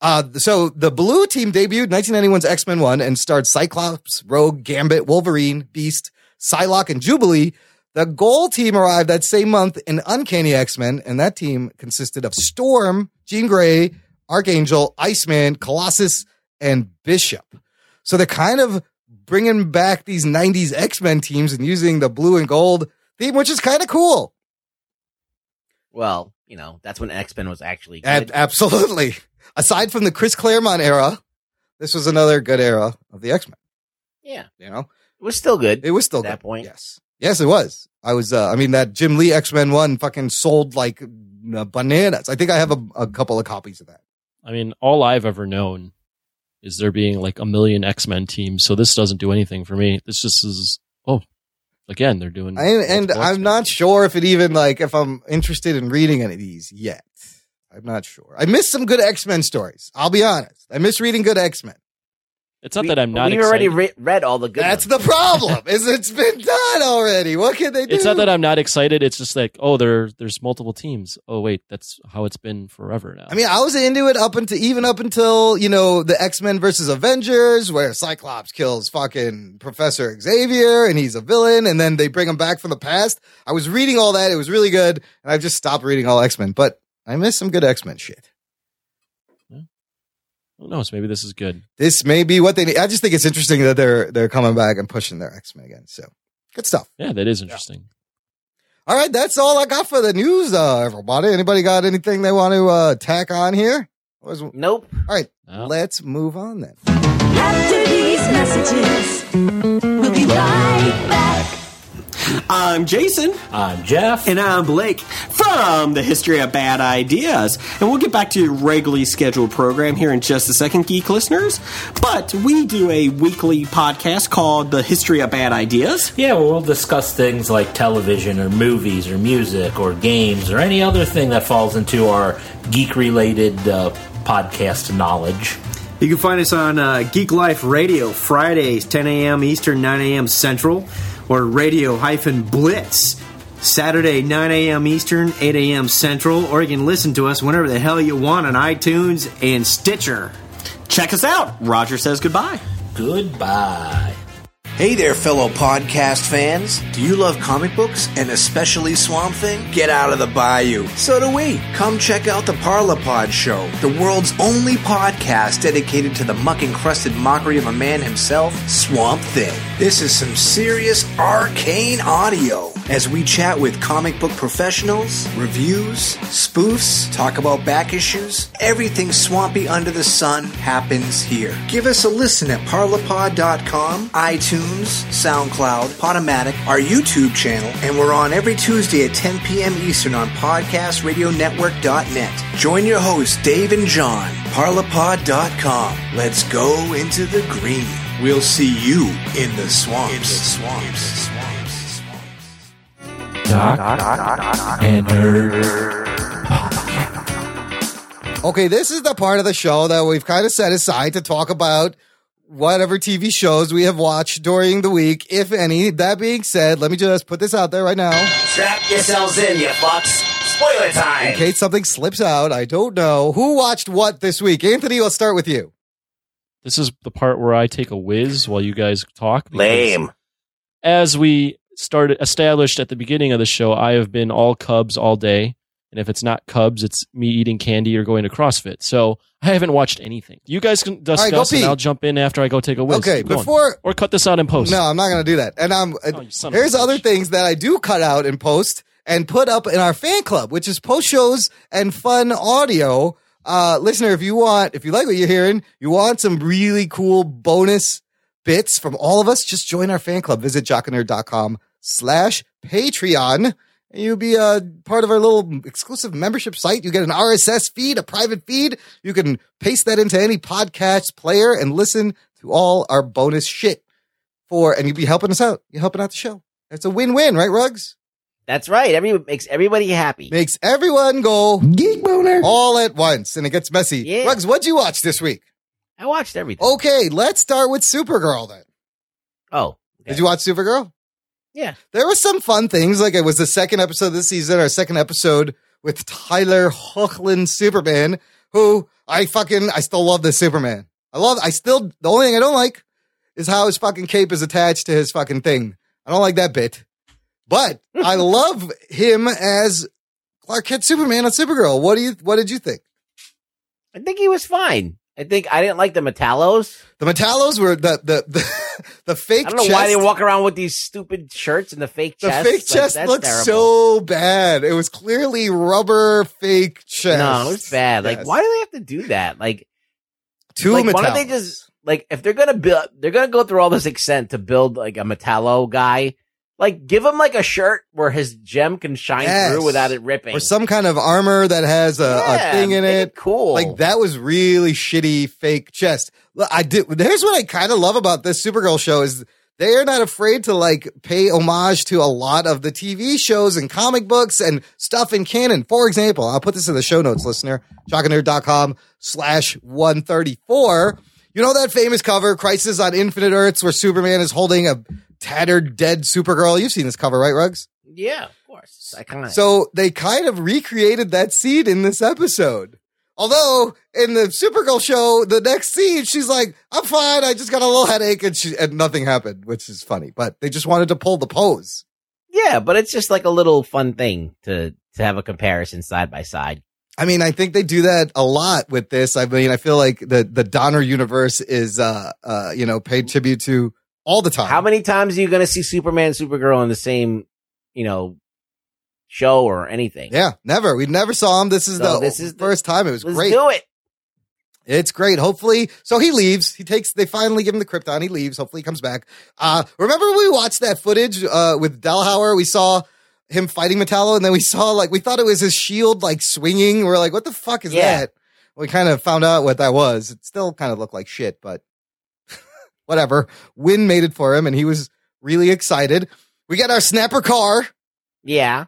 Uh, so the blue team debuted 1991's X Men 1 and starred Cyclops, Rogue, Gambit, Wolverine, Beast, Psylocke, and Jubilee. The gold team arrived that same month in Uncanny X Men, and that team consisted of Storm, Jean Grey, Archangel, Iceman, Colossus, and Bishop. So they're kind of bringing back these 90s X Men teams and using the blue and gold theme, which is kind of cool.
well, you know, that's when X Men was actually
Ab-
good.
absolutely. Aside from the Chris Claremont era, this was another good era of the X Men.
yeah,
You know,
it was still good.
it was still
At that
good.
point.
Yes, yes, it was. I was. Uh, I mean, that Jim Lee X Men one fucking sold like uh, bananas. I think I have a, a couple of copies of that.
I mean, all I've ever known is there being like a million X Men teams. So this doesn't do anything for me. This just is oh, again they're
Hmm,
doing.
I, and
multiple
I'm
X-Men
not
teams.
sure if it even like if I'm interested in reading any of these yet. I'm not sure. I missed some good X Men stories. I'll be honest. I miss reading good X Men.
It's not
We-
that I'm not.
We've
excited.
already re- read all the good.
That's
ones.
the
*laughs*
problem. is it's been done already? What can they do?
It's not that I'm not excited. It's just like oh, there there's multiple teams. Oh wait, that's how it's been forever now.
I mean, I was into it up until even up until you know the X Men versus Avengers, where Cyclops kills fucking Professor Xavier and he's a villain, and then they bring him back from the past. I was reading all that; it was really good, and I've just stopped reading all X Men. But I miss some good X Men shit.
who knows? Maybe this is good.
This may be what they need. I just think it's interesting that they're they're coming back and pushing their X Men again. So good stuff.
Yeah, that is interesting.
All right, that's all I got for the news. Uh, everybody, anybody got anything they want to uh, tack on here? What was-
Nope.
All right,
No.
let's move on then.
After these messages, we'll be right back.
I'm Jason.
Uh,
I'm Jeff. And I'm Blake from the History of Bad Ideas. And we'll get back to your regularly scheduled program here in just a second, geek listeners. But we do a weekly podcast called The History of Bad Ideas.
Yeah, well, we'll discuss things like television or movies or music or games or any other thing that falls into our geek related uh, podcast knowledge.
You can find us on uh, Geek Life Radio Fridays, 10 a.m. Eastern, 9 a.m. Central, or Radio Hyphen Blitz Saturday, 9 a.m. Eastern, 8 a.m. Central, or you can listen to us whenever the hell you want on iTunes and Stitcher.
Check us out. Roger says goodbye.
Goodbye.
Hey there, fellow podcast fans. Do you love comic books and especially Swamp Thing? Get out of the bayou. So do we. Come check out the Parlapod Show, the world's only podcast dedicated to the muck encrusted mockery of a man himself, Swamp Thing. This is some serious arcane audio as we chat with comic book professionals, reviews, spoofs, talk about back issues. Everything swampy under the sun happens here. Give us a listen at parlapod.com, iTunes, SoundCloud, Podomatic, our YouTube channel, and we're on every Tuesday at 10 p.m. Eastern on podcastradionetwork.net. Join your hosts, Dave and John, parlapod.com. Let's go into the green. We'll see you in the swamps.
Okay, this is the part of the show that we've kind of set aside to talk about whatever TV shows we have watched during the week, if any. That being said, let me just put this out there right now.
Strap yourselves in, you fucks. Spoiler
In
time.
case something slips out, I don't know. Who watched what this week? Anthony, let's start with you.
This is the part where I take a whiz while you guys talk. because
Lame.
as we started established at the beginning of the show, I have been all Cubs all day. And if it's not Cubs, it's me eating candy or going to CrossFit. So I haven't watched anything. You guys can
right, go
discuss,
pee.
and I'll jump in after I go take a whiz.
Okay,
Keep going.
before-
or cut this out in post.
No, I'm not going to do that. And I'm
Oh, you son of a
here's other
bitch.
things that I do cut out and post, and put up in our fan club, which is post shows and fun audio. Uh, listener, if you want, if you like what you're hearing, you want some really cool bonus bits from all of us, just join our fan club. Visit jockanerd.com slash Patreon. And you'll be uh, part of our little exclusive membership site. You get an RSS feed, a private feed. You can paste that into any podcast player and listen to all our bonus shit for, and you'll be helping us out. You're helping out the show. It's a win-win, right, Rugs?
That's right. Every makes everybody happy.
Makes everyone go geek boner all at once, and it gets messy. Rugs, what'd you watch this week?
I watched everything.
Okay, let's start with Supergirl then.
Oh,
did you watch Supergirl?
Yeah.
There was some fun things. Like it was the second episode of this season, our second episode with Tyler Hoechlin Superman, who I fucking I still love this Superman. I love I still the only thing I don't like is how his fucking cape is attached to his fucking thing. I don't like that bit. But
*laughs*
I love him as Clark Kent Superman on Supergirl. What do you what did you think?
I think he was fine. I think I didn't like the Metallos.
The Metallos were the the the, *laughs* the fake
I don't know why they
chest-
walk around with these stupid shirts and the fake
The
chest.
fake chest looked so bad. It was clearly rubber fake chest.
No, it was bad. Like,
Yes.
why do they have to do that? Like,
Two
like, why don't they
Metallos.
just like if they're gonna build, they're gonna go through all this extent to build like a Metallo guy. Like, give him like a shirt where his gem can shine
Yes.
through without it ripping.
or some kind of armor that has a, a
Yeah,
thing in
make
it.
it cool.
Like that was really shitty fake chest. Look, I did. Here's what I kind of love about this Supergirl show is they are not afraid to like pay homage to a lot of the TV shows and comic books and stuff in canon. For example, I'll put this in the show notes, listener. Shockanerd.com slash 134. You know that famous cover, Crisis on Infinite Earths, where Superman is holding a tattered, dead Supergirl? You've seen this cover, right, Rugs?
yeah, of course. I kind of
So they kind of recreated that scene in this episode. Although in the Supergirl show, the next scene, she's like, "I'm fine. I just got a little headache," and she and nothing happened, which is funny. But they just wanted to pull the pose.
yeah, but it's just like a little fun thing to to have a comparison side by side.
I mean, I think they do that a lot with this. I mean, I feel like the the Donner universe is, uh, uh, you know, paid tribute to all the time.
How many times are you gonna see Superman, and Supergirl in the same, you know, show or anything?
Yeah, never. We never saw him. This is
So
the
this is the-
first time. It was
Let's
great.
do it.
It's great. Hopefully, so he leaves. He takes. They finally give him the krypton. He leaves. Hopefully, he comes back. Uh, remember we watched that footage uh, with Dalhauer. We saw him fighting Metallo, and then we saw like we thought it was his shield like swinging. We're like, what the fuck is
Yeah.
that? We kind of found out what that was. It still kind of looked like shit, but *laughs* whatever. Win made it for him, and he was really excited. We got our snapper car.
Yeah,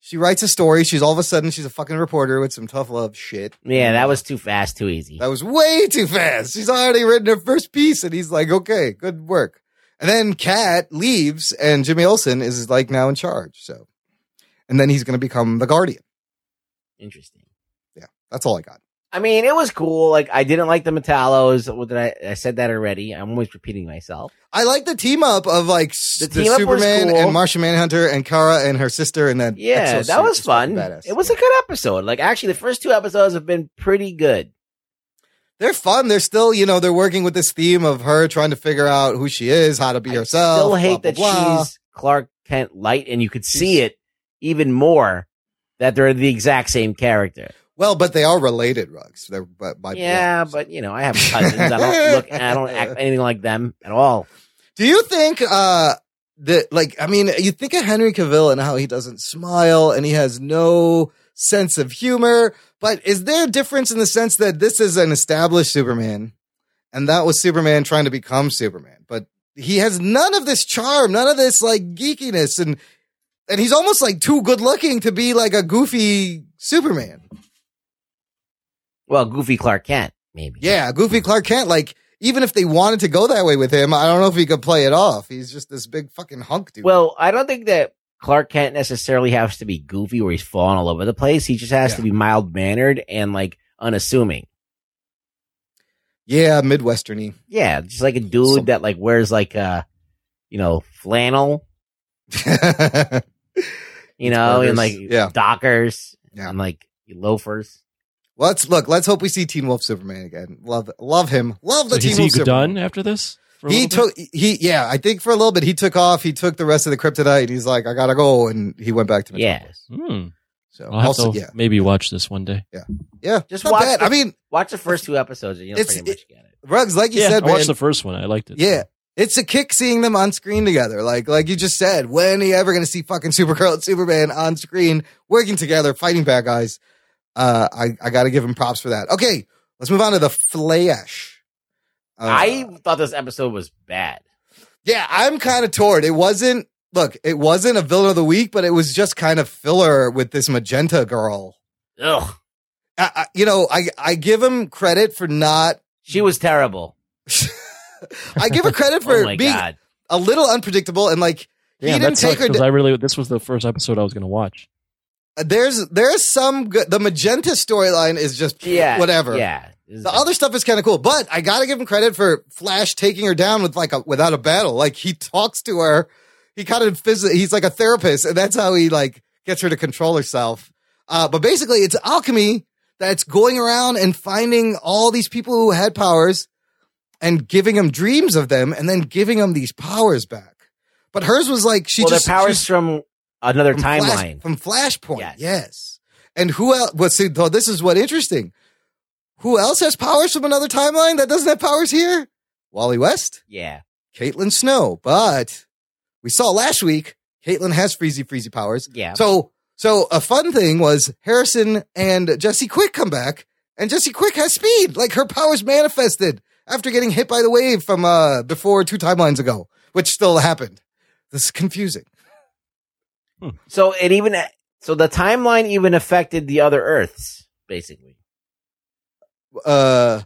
She writes a story. She's all of a sudden she's a fucking reporter with some tough love shit.
yeah, that was too fast, too easy.
Mm-hmm. That was way too fast. She's already written her first piece, and he's like, okay, good work. And then Kat leaves, and Jimmy Olsen is like now in charge. So, and then he's going to become the guardian.
Interesting.
That's all I got.
I mean, it was cool. Like I didn't like the Metallos. What did I? I said that already. I'm always repeating myself.
I like the team up of like s-
The
the,
team up was
Superman
cool.
and Martian Manhunter and Kara and her sister, and then
Yeah,
Exosuit
that was fun.
badass.
It was a good episode. Like actually, the first two episodes have been pretty good.
They're fun. They're still, you know, they're working with this theme of her trying to figure out who she is, how to be herself.
Still
Oh, blah,
hate
blah,
that
blah.
she's Clark Kent light, and you could see it even more that they're the exact same character.
well, but they are related, rugs. They're but by
yeah, but you know, I have cousins. I don't look. I
*laughs*
don't act anything like them at all.
Do you think uh that like I mean you think of Henry Cavill and how he doesn't smile and he has no sense of humor, but is there a difference in the sense that this is an established Superman and that was Superman trying to become Superman, but he has none of this charm, none of this like geekiness and and he's almost like too good looking to be like a goofy Superman.
Well, Goofy Clark Kent, maybe.
Yeah, Goofy Clark Kent. Like, even if they wanted to go that way with him, I don't know if he could play it off. He's just this big fucking hunk dude.
Well, I don't think that Clark Kent necessarily has to be goofy where he's falling all over the place. He just has to be mild mannered and like unassuming.
yeah, Midwesterny. *laughs*
Yeah, just like a dude
Some-
that like wears like uh you know, flannel, you know,
burgers.
and like
Yeah.
dockers
Yeah.
and like loafers.
Let's look. Let's hope we see Teen Wolf Superman again. Love, love him. Love the
So
Teen
is
Wolf
he
Superman.
done after this? for a
he
little
took he yeah. I think for a little bit he took off. He took the rest of the kryptonite. He's like, I gotta go, and he went back to Metropolis.
bit? Hmm.
So
I'll have
also
to
yeah
maybe watch this one day.
yeah.
Just
Just not
watch
bad.
the-
I mean,
Watch the first two episodes and you'll
It's-
pretty much get it.
rugs like you
yeah,
said,
I watched
man.
the first one. I liked it.
Yeah. It's a kick seeing them on screen together. Like like you just said, when are you ever going to see fucking Supergirl and Superman on screen working together, fighting bad guys? Uh, I, I got to give him props for that. Okay, let's move on to the Flash. Uh,
I thought this episode was bad.
yeah, I'm kind of torn. It wasn't look, it wasn't a villain of the week, but it was just kind of filler with this magenta girl.
Ugh.
I, I, you know, I I give him credit for not. *laughs*
She was terrible.
I give her
*laughs*
credit for
oh my
being
god.
a little unpredictable and like
yeah,
he
that
didn't take
sucks
her.
because
d-
I really this was the first episode I was going to watch.
there's there's some good the magenta storyline is just
Yeah.
whatever
Yeah.
the other stuff is kind of cool but i gotta give him credit for flash taking her down with like a without a battle like he talks to her he kind of physically he's like a therapist and that's how he like gets her to control herself uh, but basically it's alchemy that's going around and finding all these people who had powers and giving them dreams of them and then giving them these powers back but hers was like she
well,
just
their powers
she's-
from another timeline.
Flash, from Flashpoint.
Yes.
Yes. And who else? Well, see, though, this is what interesting. Who else has powers from another timeline that doesn't have powers here? Wally West,
yeah.
Caitlin Snow. But we saw last week Caitlin has freezy freezy powers.
Yeah.
So, so a fun thing was Harrison and Jesse Quick come back, and Jesse Quick has speed. Like her powers manifested after getting hit by the wave from uh before two timelines ago, which still happened. This is confusing.
So it even so the timeline even affected the other Earths basically.
uh,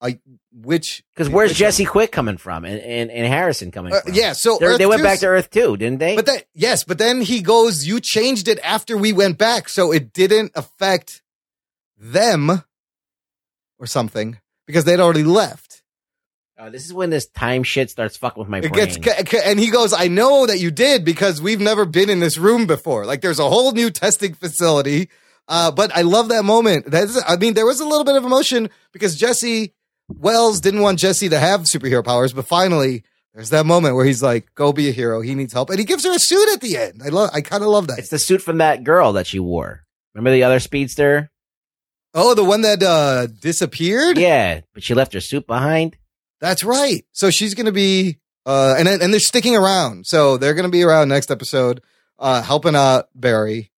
I which
Because where's
which-
Jesse Quick coming from and, and, and Harrison coming
Uh,
from?
yeah, so
They're- they
Earth
went
two-
back to Earth too, didn't they?
But that yes, but then he goes. You changed it after we went back, so it didn't affect them or something because they'd already left.
Uh, this is when this time shit starts fucking with my
It
brain.
gets ca- ca- and he goes. I know that you did because we've never been in this room before. Like there's a whole new testing facility. Uh, but I love that moment. That's I mean there was a little bit of emotion because Jesse Wells didn't want Jesse to have superhero powers, but finally. There's that moment where he's like, "Go be a hero." He needs help, and he gives her a suit at the end. I love. I kind of love that.
it's the suit from that girl that she wore. Remember the other speedster?
Oh, the one that uh disappeared?
Yeah, but she left her suit behind.
That's right. So she's gonna be uh and and they're sticking around. So they're gonna be around next episode, uh helping out Barry.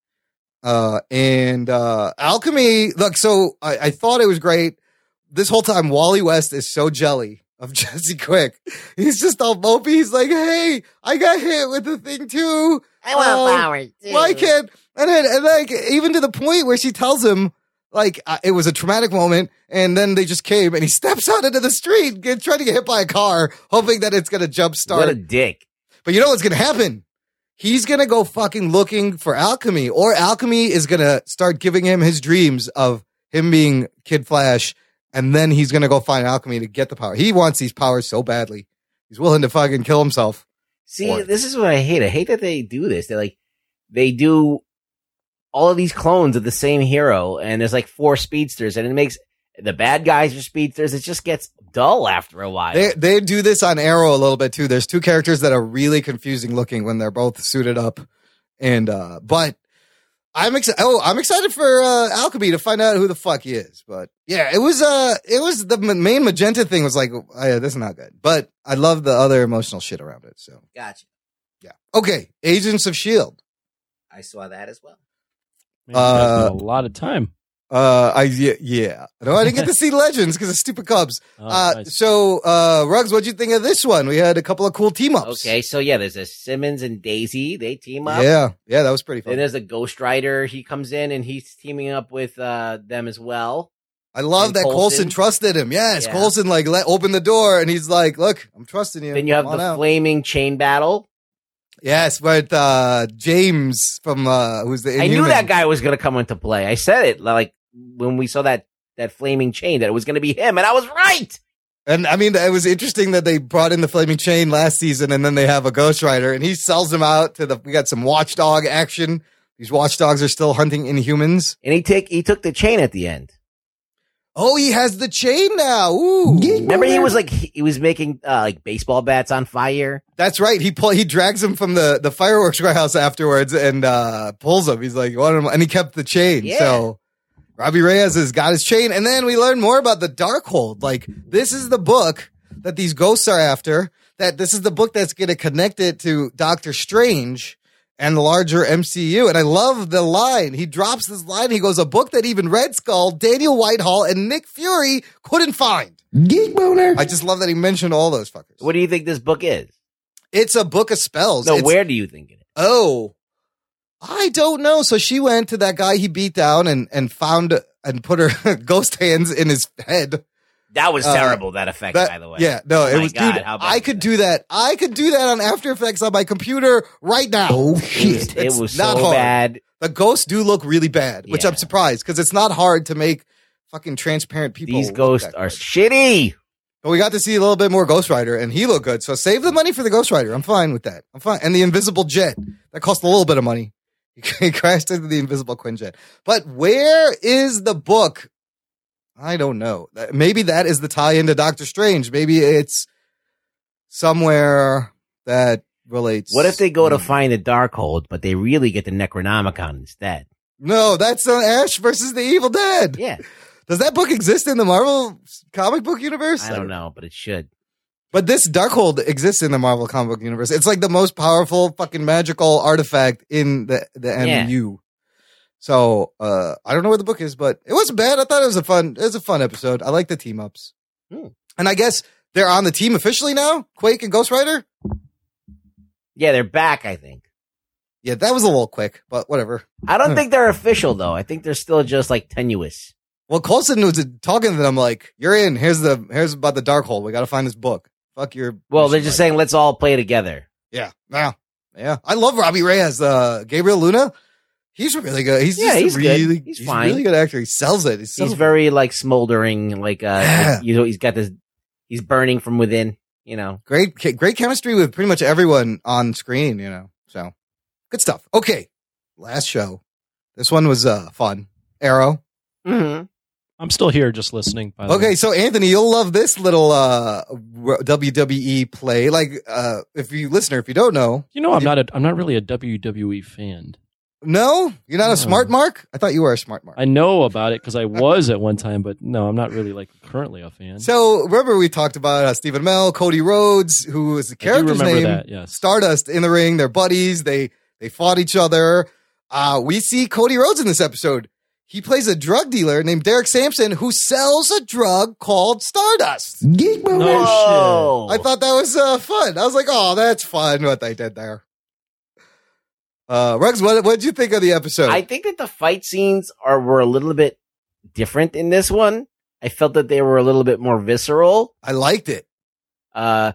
Uh and uh Alchemy, look, so I, I thought it was great. This whole time Wally West is so jelly of *laughs* Jesse Quick. He's just all mopey. He's like, hey, I got hit with the thing too.
I
want Oh,
flowers.
Why can't? And, then, and like even to the point where she tells him like uh, it was a traumatic moment, and then they just came, and he *laughs* steps out into the street, get, trying to get hit by a car, hoping that it's gonna
What
jumpstart.
a dick.
but you know what's gonna happen? He's gonna go fucking looking for alchemy, or alchemy is gonna start giving him his dreams of him being Kid Flash, and then he's gonna go find alchemy to get the power. He wants these powers so badly, he's willing to fucking kill himself.
See,
Or-
this is what I hate. I hate that they do this. They like they do all of these clones of the same hero, and there's like four speedsters, and it makes the bad guys are speedsters. It just gets dull after a while.
They they do this on Arrow a little bit too. There's two characters that are really confusing looking when they're both suited up, and uh, but I'm excited. Oh, I'm excited for uh, Alchemy to find out who the fuck he is. But yeah, it was uh, it was the ma- main magenta thing was like, oh, yeah, this is not good. But I love the other emotional shit around it. So
gotcha.
yeah, okay, Agents of Shield.
I saw that as well.
Man, that's
Uh,
been a lot of time.
Uh, I yeah, yeah. no, I didn't get to see Legends because of stupid Cubs.
*laughs* Oh,
Uh,
nice.
so uh, Ruggs, what'd you think of this one? We had a couple of cool team ups.
Okay, so yeah, there's a Simmons and Daisy. They team up.
Yeah, yeah, that was pretty fun.
Then there's a Ghost Rider. He comes in and he's teaming up with uh, them as well.
I love
And
that Colson.
Coulson.
trusted him. Yes,
Yeah.
Colson like let open the door and he's like, "Look, I'm trusting you."
Then you have
Come on
the
out."
flaming chain battle.
yes, but uh, James from uh, who's the
I knew
Inhuman.
that guy was going to come into play. I said it like when we saw that that flaming chain that it was going to be him, and I was right.
And I mean, it was interesting that they brought in the Flaming Chain last season, and then they have a Ghost Rider, and he sells him out to the. We got some Watchdog action. These Watchdogs are still hunting Inhumans.
And he take he took the chain at the end.
Oh, he has the chain now. Ooh.
Remember, he was like he he was making uh, like baseball bats on fire.
That's right. He pull, he drags him from the, the fireworks warehouse afterwards and uh, pulls him. He's like, "You want him?" And he kept the chain.
Yeah.
So Robbie Reyes has got his chain. And then we learn more about the Darkhold. Like this is the book that these ghosts are after. That this is the book that's going to connect it to Doctor Strange and the larger MCU. And I love the line. He drops this line. He goes, "A book that even Red Skull, Daniel Whitehall, and Nick Fury couldn't find."
Geek boner.
I just love that he mentioned all those fuckers.
What do you think this book is?
It's a book of spells.
No,
It's-
where do you think it is?
Oh, I don't know. So she went to that guy he beat down and and found and put her *laughs* ghost hands in his head.
That was
Uh,
terrible. That effect,
That-
by the way.
yeah, no,
Oh
it
my
was
God,
dude.
how bad
I
was
could do that. I could do that on After Effects on my computer right now.
Oh
It was,
shit.
it
It's
was
not
so
hard.
bad.
The ghosts do look really bad, which
Yeah.
I'm surprised because it's not hard to make fucking transparent people.
These
look
ghosts
that
are
good.
shitty.
But we got to see a little bit more Ghost Rider, and he looked good. So save the money for the Ghost Rider. I'm fine with that. I'm fine. And the Invisible Jet that cost a little bit of money. *laughs* He crashed into the Invisible Quinjet. But where is the book? I don't know. That- Maybe that is the tie into Doctor Strange. Maybe it's somewhere that relates.
What if they go to
Hmm.
find the Darkhold, but they really get the Necronomicon instead?
No, that's uh, Ash versus the Evil Dead. *laughs*
Yeah,
Does that book exist in the Marvel comic book universe?
I don't know, but it should.
But this Darkhold exists in the Marvel comic book universe. It's like the most powerful fucking magical artifact in the the
Yeah.
MU. So uh, I don't know where the book is, but it wasn't bad. I thought it was a fun. It was a fun episode. I like the team ups,
Hmm.
and I guess they're on the team officially now. Quake and Ghost Rider.
Yeah, they're back. I think.
Yeah, that was a little quick, but whatever.
I don't
Huh.
think they're official though. I think they're still just like tenuous.
Well, Coulson was talking to them like, "You're in. Here's the here's about the Darkhold. We got to find this book. Fuck your."
Well, they're just saying let's all play together.
Yeah. Yeah. Yeah. I love Robbie Reyes. Uh, Gabriel Luna. He's really good. He's
Yeah,
just a
he's good.
really,
He's
he's,
fine.
a really good actor. He sells it. He's,
He's very like smoldering, like uh,
Yeah.
you know, he's got this, he's burning from within. You know,
great, che- great chemistry with pretty much everyone on screen, you know, so good stuff. Okay. Last show. This one was, uh, fun. Arrow.
mm-hmm.
I'm still here, just listening. By the
Okay,
way.
so Anthony, you'll love this little uh WWE E play. Like, uh if you listener, if you don't know,
you know I'm not a I'm not really a WWE fan.
no, you're not
No.
a smart mark. I thought you were a smart mark.
I know about it because I was at one time, but no, I'm not really like currently a fan.
So remember we talked about uh, Stephen Mel, Cody Rhodes, who was the
I do
character's
remember
name,
that, yes.
Stardust in the ring. They're buddies. They they fought each other. Uh, we see Cody Rhodes in this episode. He plays a drug dealer named Derek Sampson who sells a drug called Stardust.
Geek boner.
No
Whoa.
I thought that was uh, fun. I was like, oh, that's fun what they did there. Uh, Ruggs, what what did you think of the episode?
I think that the fight scenes are were a little bit different in this one. I felt that they were a little bit more visceral.
I liked it.
Uh,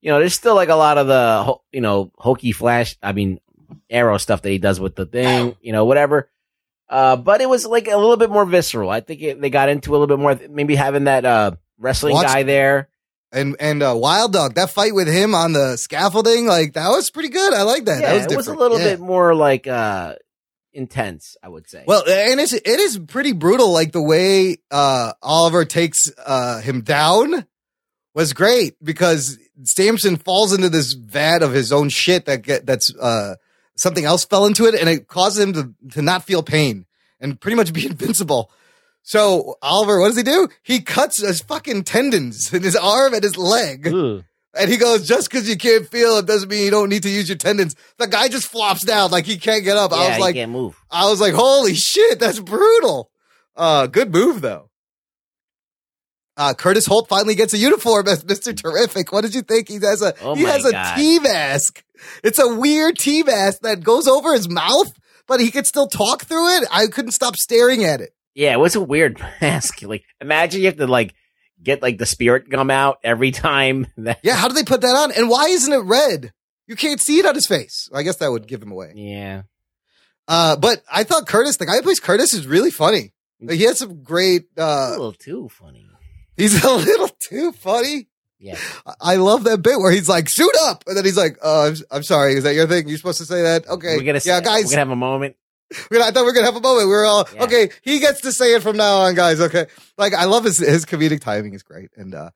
you know, there's still like a lot of the ho- you know hokey flash. I mean, arrow stuff that he does with the thing. You know, whatever. Uh, but it was like a little bit more visceral. I think it, they got into a little bit more. Maybe having that uh wrestling
Watch-
guy there.
And and uh, Wild Dog, that fight with him on the scaffolding, like that was pretty good. I like that.
yeah,
that was
it was a
different.
little
Yeah.
bit more like uh intense. I would say.
Well, and it's it is pretty brutal. Like the way uh, Oliver takes uh, him down was great because Samson falls into this vat of his own shit that get, that's uh, something else fell into it, and it causes him to to not feel pain and pretty much *laughs* be invincible. So Oliver, what does he do? He cuts his fucking tendons *laughs* in his arm and his leg. *laughs*
Ugh.
And he goes, just because you can't feel it doesn't mean you don't need to use your tendons. The guy just flops down like he can't get up.
yeah,
I was
he
like,
can't move.
I was like, holy shit, that's brutal. Uh, good move though. Uh, Curtis Holt finally gets a uniform as Mr. Terrific. What did you think? He has a,
Oh
he
my
has a
God.
tea mask. It's a weird tea mask that goes over his mouth, but he could still talk through it. I couldn't stop staring at it.
Yeah, it was a weird *laughs* mask. Like, imagine you have to like get like the spirit gum out every time. *laughs* That
Yeah. How did they put that on? And why isn't it red? You can't see it on his face. I guess that would give him away.
yeah,
Uh, but I thought Curtis, the guy who plays Curtis is really funny. He has some great,
a
uh,
little too funny.
he's *laughs* a little too funny.
Yeah,
I love that bit where he's like, "Shoot up," and then he's like, "Oh, I'm, I'm sorry. Is that your thing? You're supposed to say that? Okay,
we're gonna
yeah,
we're
guys,
gonna have a moment.
We- I thought we were gonna have a moment. We were all okay. He gets to say it from now on, guys. Okay, like I love his his comedic timing is great, and uh,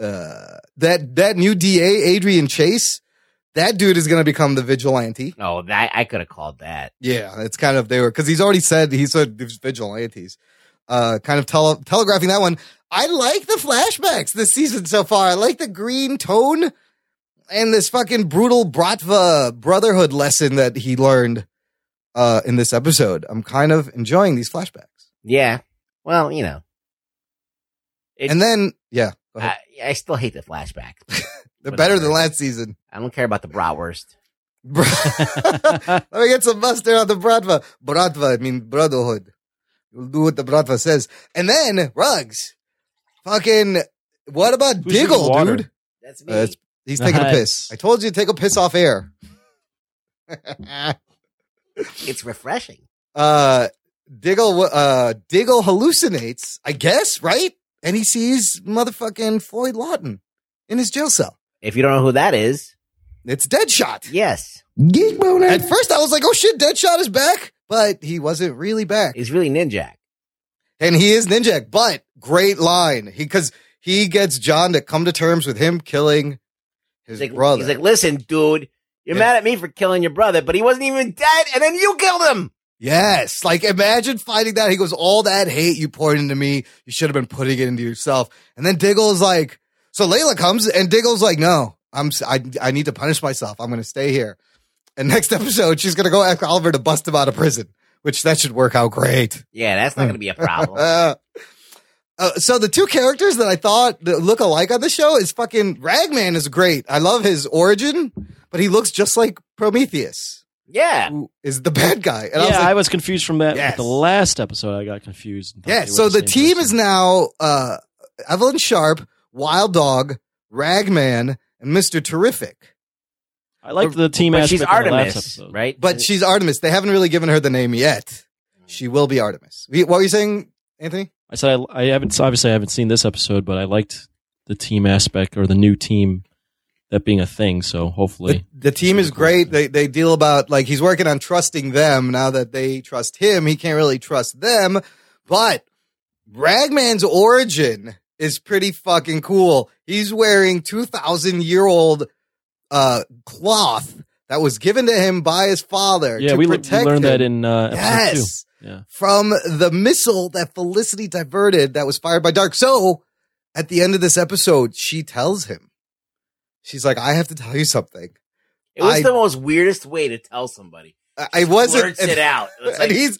uh, that that new DA Adrian Chase, that dude is gonna become the vigilante.
Oh, that I could have called that.
Yeah, it's kind of they were because he's already said he said there's vigilantes, uh, kind of tele- telegraphing that one. I like the flashbacks this season so far. I like the green tone and this fucking brutal Bratva brotherhood lesson that he learned uh, in this episode. I'm kind of enjoying these flashbacks.
Yeah. Well, you know,
and then yeah, go ahead.
I, I still hate the flashback.
they're better than last season. *laughs*
I don't care about the bratwurst.
Let me get some mustard on the Bratva. Bratva, I mean brotherhood. You'll do what the Bratva says. And then rugs. Fucking what about
Who's drinking
Diggle,
water?
dude?
That's
me. he's taking a piss.
Nice.
I told you to take a piss off air. *laughs*
It's refreshing.
Uh Diggle uh Diggle hallucinates, I guess, right? And he sees motherfucking Floyd Lawton in his jail cell.
If you don't know who that is,
it's Deadshot.
Yes.
Geek boner. At first I was like, oh shit, Deadshot is back, but he wasn't really back.
He's really Ninjak.
*laughs* And he is Ninjak, but great line. He cause he gets John to come to terms with him killing his
He's like,
brother.
he's like, listen, dude, you're mad at me for killing your brother, but he wasn't even dead, and then you killed him.
Yes. Like imagine fighting that. He goes, all that hate you poured into me, you should have been putting it into yourself. And then Diggle's like, so Layla comes and Diggle's like, no, I'm, s- I, I need to punish myself. I'm going to stay here. And next *laughs* episode, she's going to go ask Oliver to bust him out of prison, which that should work out great.
Yeah, that's
Hmm.
not going to be
*laughs*
a problem.
Uh, so the two characters that I thought that look alike on the show is fucking Ragman is great. I love his origin, but he looks just like Prometheus.
Yeah.
Who is the *laughs* bad guy. And
*laughs* yeah,
I was like,
I was confused from that.
Yes.
With the last episode, I got confused. and thought
Yeah,
they were
so the,
same
team
person.
is now uh, Evelyn Sharp, Wild Dog, Ragman, and Mr. Terrific.
I liked the team
But
aspect
she's
of the last
Artemis,
episode.
right?
But she's Artemis. They haven't really given her the name yet. She will be Artemis. We- What were you saying, Anthony?
I said I, I haven't obviously I haven't seen this episode, but I liked the team aspect or the new team that being a thing. So hopefully,
The team is great. They they deal about like he's working on trusting them now that they trust him. He can't really trust them, but Ragman's origin is pretty fucking cool. He's wearing 2000 year old uh cloth that was given to him by his father
yeah,
to
we, le- we
protect
learned
him
that in uh, episode
Yes.
two. Yeah,
from the missile that Felicity diverted that was fired by Dark. So at the end of this episode, she tells him. She's like, I have to tell you something.
It was
I-
the most weirdest way to tell somebody.
I- I wasn't. *laughs*
Blurts it out. It's
and
like- oh.
he's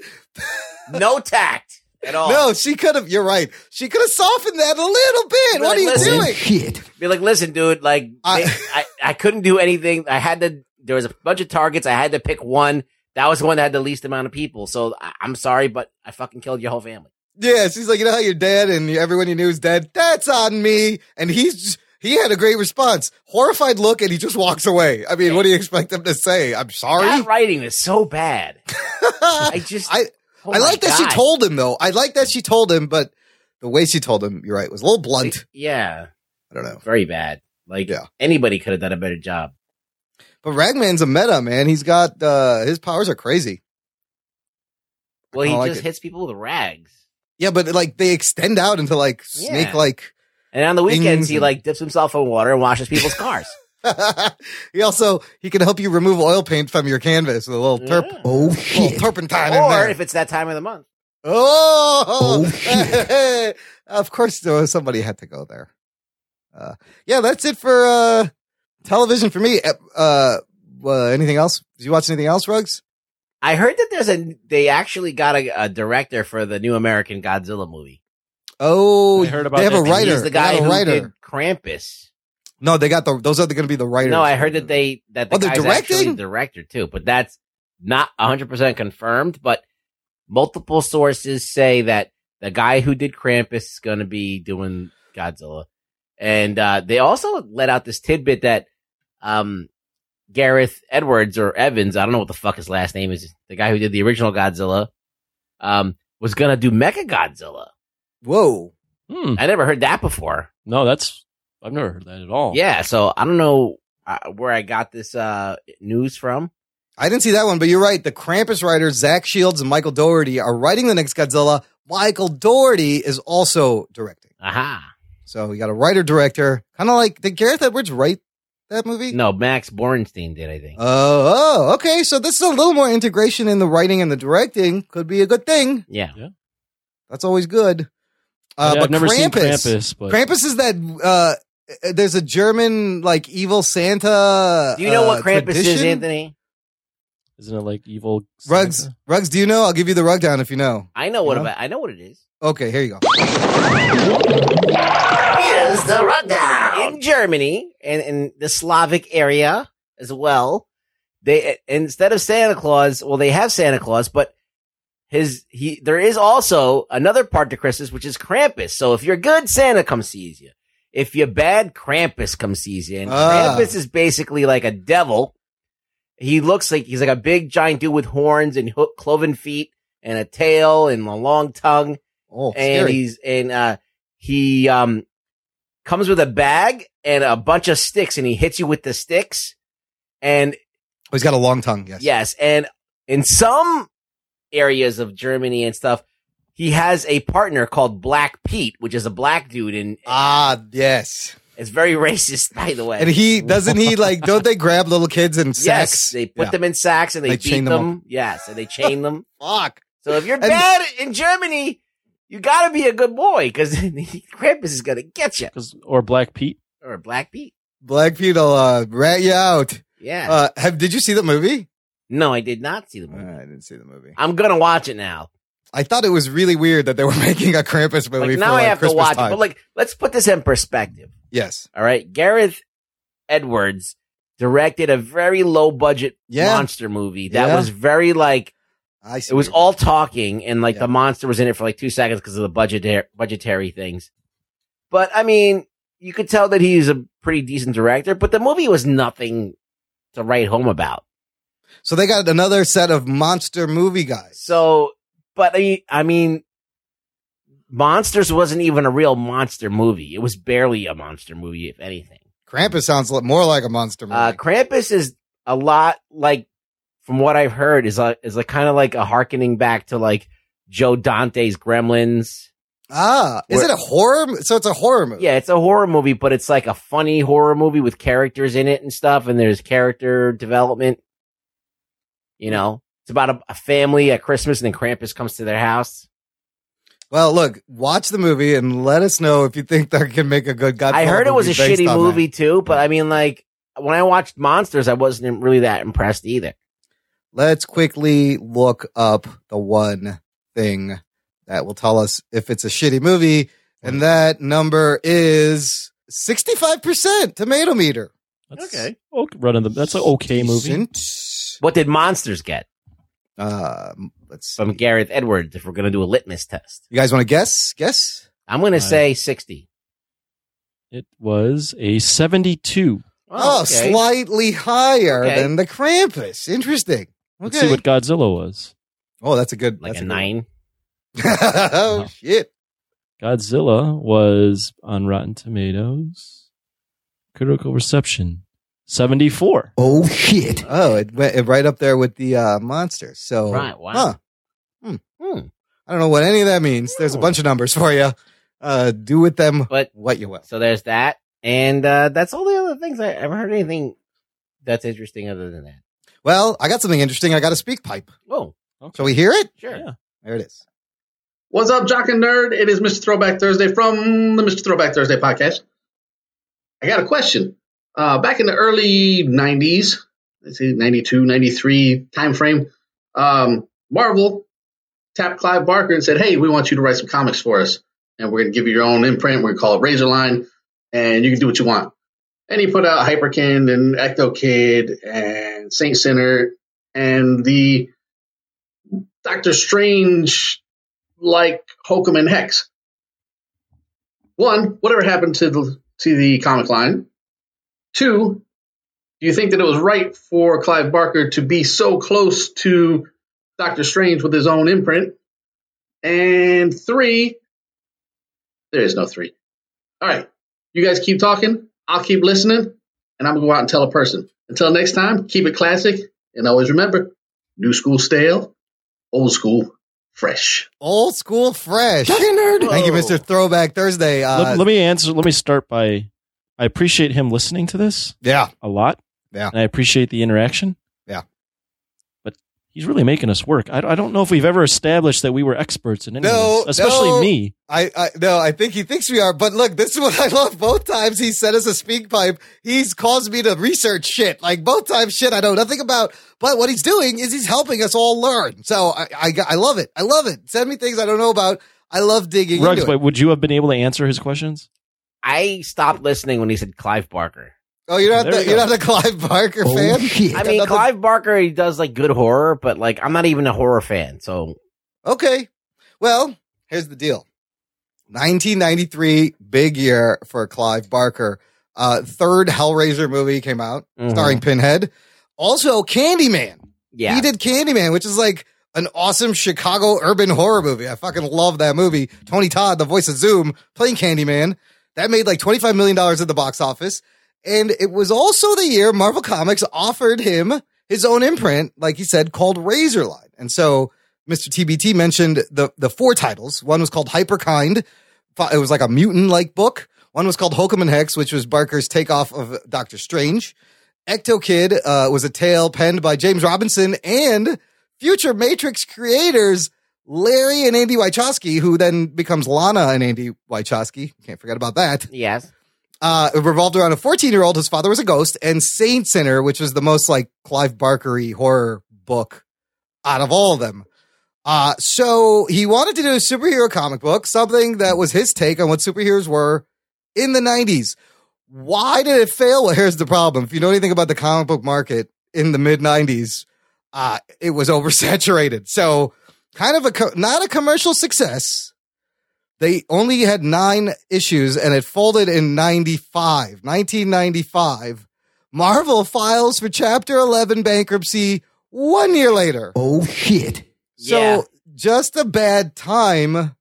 No tact at all.
no. She could have. You're right. She could have softened that a little bit. What are you
Listen.
doing?
Shit.
Be like, listen, dude, like
I-
I, I, I couldn't do anything. I had to. There was a bunch of targets. I had to pick one. That was the one that had the least amount of people. So I, I'm sorry, but I fucking killed your whole family.
Yeah. She's like, you know how you're dead, and everyone you knew is dead. That's on me. And he's just- he had a great response, horrified look, and he just walks away. I mean, what do you expect him to say? I'm sorry. *laughs*
That writing is so bad. I just.
I
oh
I
my
like that
God.
she told him though. I like that she told him, but the way she told him, you're right, was a little blunt.
Yeah,
I don't know.
very bad. Like
Yeah.
anybody could have done a better job.
But Ragman's a meta man. He's got uh his powers are crazy.
Well, he
kinda like
just
it.
hits people with rags.
Yeah, but like they extend out into like
Yeah.
snake like.
And on the
Things
weekends, he
and-
like dips himself in water and washes
*laughs*
people's cars.
he also he can help you remove oil paint from your canvas with a little turp,
Yeah.
Oh
little
shit.
turpentine in
Mm. or
there.
if it's that time of the month.
oh,
Oh, shit.
*laughs* of course, there was- somebody had to go there. Uh, yeah, that's it for uh, television for me. Uh, Uh, well, anything else? Did you watch anything else, Rugs?
I heard that there's a they actually got a, a director for the new American Godzilla movie.
Oh,
I heard about
they have a
that.
writer.
He's the
They got
guy
a
who
writer.
did Krampus.
No, they got the. Those are going to be the writers.
No, I heard that they that the
Oh, they're
guy's actually
directing?
the director too, but that's not 100 percent confirmed. But multiple sources say that the guy who did Krampus is going to be doing Godzilla, and uh, they also let out this tidbit that um, Gareth Edwards or Evans, I don't know what the fuck his last name is, the guy who did the original Godzilla, um, was going to do Mecha Godzilla.
Whoa.
Hmm.
I never heard that before.
no, that's I've Oh. never heard that at all.
Yeah, so I don't know uh, where I got this uh, news from,
I didn't see that one, but you're right. The Krampus writers, Zach Shields and Michael Doherty, are writing the next Godzilla. Michael Doherty is also directing.
Aha.
So you got a writer director, kind of like did Gareth Edwards write that movie?
No, Max Borenstein did, I think.
Oh, oh, okay. So this is a little more integration in the writing and the directing. Could be a good thing.
Yeah.
That's always good. Uh,
Yeah,
but
I've never
Krampus,
seen Krampus, but-
Krampus is that. Uh, there's a German like evil Santa.
Do you know
uh,
what Krampus is,
tradition?
Anthony?
Isn't it like evil?
Rugs, Rugs, do you know? I'll give you the rug down if you know.
I know what
You know?
about, I know what it is.
Okay, here you go.
Here's the rundown. In Germany and in the Slavic area as well, they instead of Santa Claus, well, they have Santa Claus, but his he there is also another part to Christmas which is Krampus. So if you're good, Santa comes sees you. If you're bad, Krampus comes sees you. And
Ah.
Krampus is basically like a devil. He looks like he's like a big giant dude with horns and hook, cloven feet and a tail and a long tongue.
Oh,
and
scary.
he's and uh he um comes with a bag and a bunch of sticks and he hits you with the sticks and
Oh, he's got a long tongue. Yes.
Yes, and in some areas of Germany and stuff, he has a partner called Black Pete, which is a black dude, and
ah, yes,
it's very *laughs* racist, by the way.
And he doesn't he like don't they grab little kids in
*laughs* yes,
sacks?
they put
Yeah.
them in sacks and they,
They
beat
chain
them.
them up. *laughs*
Yes, and they chain them.
Fuck.
So if you're bad in Germany, you got to be a good boy *laughs* because Krampus is gonna get you.
Or Black Pete?
Or Black Pete?
Black Pete will uh, rat you out.
Yeah.
Uh, have did you see the movie?
No, I did not see the movie.
I didn't see the movie.
I'm gonna watch it now.
I thought it was really weird that they were *laughs* making a Krampus movie.
Like
for,
now I
like,
have to
Christmas
watch
time.
it. But like, let's put this in perspective.
yes,
All right. Gareth Edwards directed a very low budget
Yeah.
monster movie that
Yeah.
was very like
I see
it was
what
all talking and like the monster was in it for like two seconds because of the budgetary budgetary things. But I mean, you could tell that he's a pretty decent director, but the movie was nothing to write home about.
So they got another set of monster movie guys.
So, but I, I mean, Monsters wasn't even a real monster movie. It was barely a monster movie, if anything.
Krampus sounds li- more like a monster movie.
Uh, Krampus is a lot like, from what I've heard, is a, is a kind of like a harkening back to like Joe Dante's Gremlins.
ah, is
where-
it a horror? mo- So it's a horror movie.
Yeah, it's a horror movie, but it's like a funny horror movie with characters in it and stuff, and there's character development. You know, it's about a, a family at Christmas, and then Krampus comes to their house.
Well, look, watch the movie and let us know if you think *laughs* they can make a good Godzilla.
I heard it was a
movie based
shitty
on that.
movie too, but I mean, like when I watched Monsters, I wasn't really that impressed either.
Let's quickly look up the one thing that will tell us if it's a shitty movie,
Hmm.
and that number is sixty-five percent tomato meter.
okay,
okay. Run of the, that's an okay movie.
Decent.
What did Monsters get?
Um, let's
Uh,
from Gareth Edwards. If we're gonna do a litmus test,
You guys want to guess? Guess.
I'm gonna say sixty.
It was a 72.
Oh,
okay.
slightly higher
Okay.
than the Krampus. Interesting.
Let's see
Okay.
what Godzilla was.
Oh, that's a good.
Like
that's
a
good one.
nine.
*laughs* oh shit!
Godzilla was on Rotten Tomatoes. Critical reception 74.
Oh shit! Oh, it went it right up there with the uh, monsters. So
Right, wow.
huh.
Hmm.
I don't know what any of that means. There's a bunch of numbers for you. Uh, do with them
But
what you will.
so there's that, and uh, that's all the other things I I haven't heard anything that's interesting other than that.
Well, I got something interesting. I got a speak pipe.
Oh,
Shall we hear it?
sure.
There it is.
What's up, Jock and Nerd? It is Mr. Throwback Thursday from the Mr. Throwback Thursday podcast. I got a question. Uh, back in the early 90s, let's see, 92, 93 time frame, um, Marvel tapped Clive Barker and said, hey, we want you to write some comics for us. And we're going to give you your own imprint. We're going to call it Razorline, and you can do what you want. And he put out Hyperkin and Ecto Kid and Saint Sinner and the Doctor Strange like Holcomb and Hex. One, whatever happened to the to the comic line? Two, do you think that it was right for Clive Barker to be so close to Doctor Strange with his own imprint? And three, there is no three. All right, you guys keep talking. I'll keep listening, and I'm gonna go out and tell a person. Until next time, keep it classic And always remember, new school stale, old school fresh.
Old school fresh. Thank you, Mr. Throwback Thursday. Uh,
let, let me answer. Let me start by I appreciate him listening to this.
Yeah.
A lot.
Yeah.
And I appreciate the interaction.
Yeah.
But he's really making us work. I, I don't know if we've ever established that we were experts in any of
no,
this, especially
no.
me.
I, I no, I think he thinks we are. But look, this is what I love. Both times he sent us a speak pipe, he's caused me to research shit. Like both times, shit I know nothing about. But what he's doing is he's helping us all learn. So I, I, I love it. I love it. Send me things I don't know about. I love digging
Rugs,
into it.
but would you have been able to answer his questions?
I stopped listening when he said Clive Barker.
Oh, you're not
There
the,
we
you're
go. Oh.
not a Clive Barker
Oh,
fan.
I mean, Clive Barker, he does like good horror, but like I'm not even a horror fan. So
Okay. Well, here's the deal. 1993, big year for Clive Barker. Uh, third Hellraiser movie came out,
mm-hmm.
starring Pinhead. Also, Candyman.
Yeah.
He did Candyman, which is like an awesome Chicago urban horror movie. I fucking love that movie. Tony Todd, the voice of Zoom, playing Candyman. That made like $25 million at the box office. And it was also the year Marvel Comics offered him his own imprint, like he said, called Razorline. And so Mr. TBT mentioned the, the four titles. One was called Hyperkind. Fi- It was like a mutant like book. One was called Hokum and Hex, which was Barker's takeoff of Doctor Strange. Ecto Kid uh, was a tale penned by James Robinson and future Matrix creators Larry and Andy Wachowski, who then becomes Lana and Andy Wachowski. Can't forget about that
yes,
uh, it revolved around a 14 year old. His father was a ghost, and Saint Sinner, which was the most like Clive Barkery horror book out of all of them. Uh, so he wanted to do a superhero comic book, something that was his take on what superheroes were in the 90s. Why did it fail? Well, here's the problem. If you know anything about the comic book market in the mid 90s, uh, it was *laughs* oversaturated. So, kind of a co- not a commercial success they only had nine issues and it folded in 95 1995 marvel files for chapter 11 bankruptcy one year later
oh shit
so just a bad time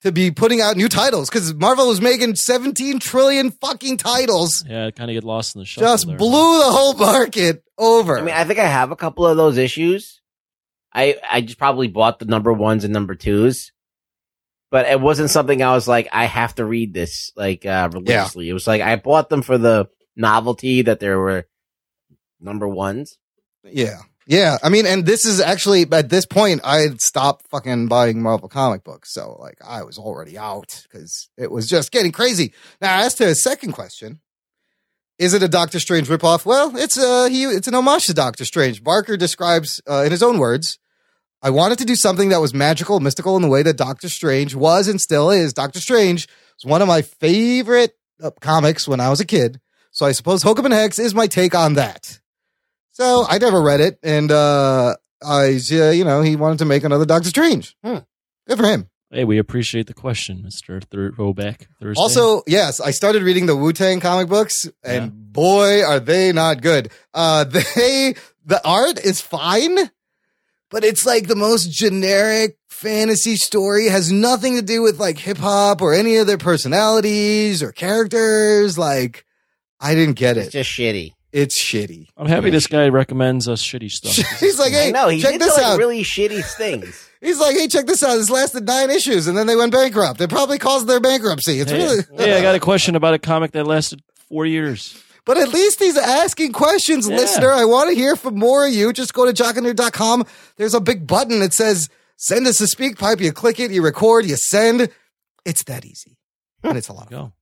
to be putting out new titles because marvel was making 17 trillion fucking titles
Yeah, kind of get lost in the shuffle.
just
there.
blew the whole market over
I mean, I think I have a couple of those issues. I I just probably bought the number ones and number twos, but it wasn't something I was like I have to read this like uh religiously. It was like I bought them for the novelty that there were number ones.
Yeah. Yeah. I mean, and this is actually at this point, I had stopped fucking buying Marvel comic books. So like I was already out because it was just getting crazy. Now, as to his second question, is it a Doctor Strange ripoff? Well, it's a he. It's an homage to Doctor Strange. Barker describes uh, in his own words. I wanted to do something that was magical, mystical in the way that Doctor Strange was and still is. Doctor Strange was one of my favorite uh, comics when I was a kid. So I suppose Hokum and Hex is my take on that. So I never read it, and uh, I, uh, you know, he wanted to make another Doctor Strange.
Hmm.
Good for him.
Hey, we appreciate the question, Mister Throwback Thursday.
Also, yes, I started reading the Wu Tang comic books, and boy, are they not good. Uh, *laughs* they the art is fine, but it's like the most generic fantasy story. It has nothing to do with like hip hop or any of their personalities or characters. Like, I didn't get it.
It's just shitty.
It's shitty.
I'm happy this guy recommends us shitty stuff.
*laughs* He's like, hey,
no, he
check
did
this
like
out. *laughs*
really shitty things.
He's like, hey, check this out. This lasted nine issues, and then they went bankrupt. It probably caused their bankruptcy. It's
Hey,
really,
hey, I got a question about a comic that lasted four years.
but at least he's asking questions,
Yeah.
listener. I want to hear from more of you. Just go to jockanerd.com. There's a big button that says "Send us a speak pipe." You click it, you record, you send. It's that easy, and it's a lot of fun.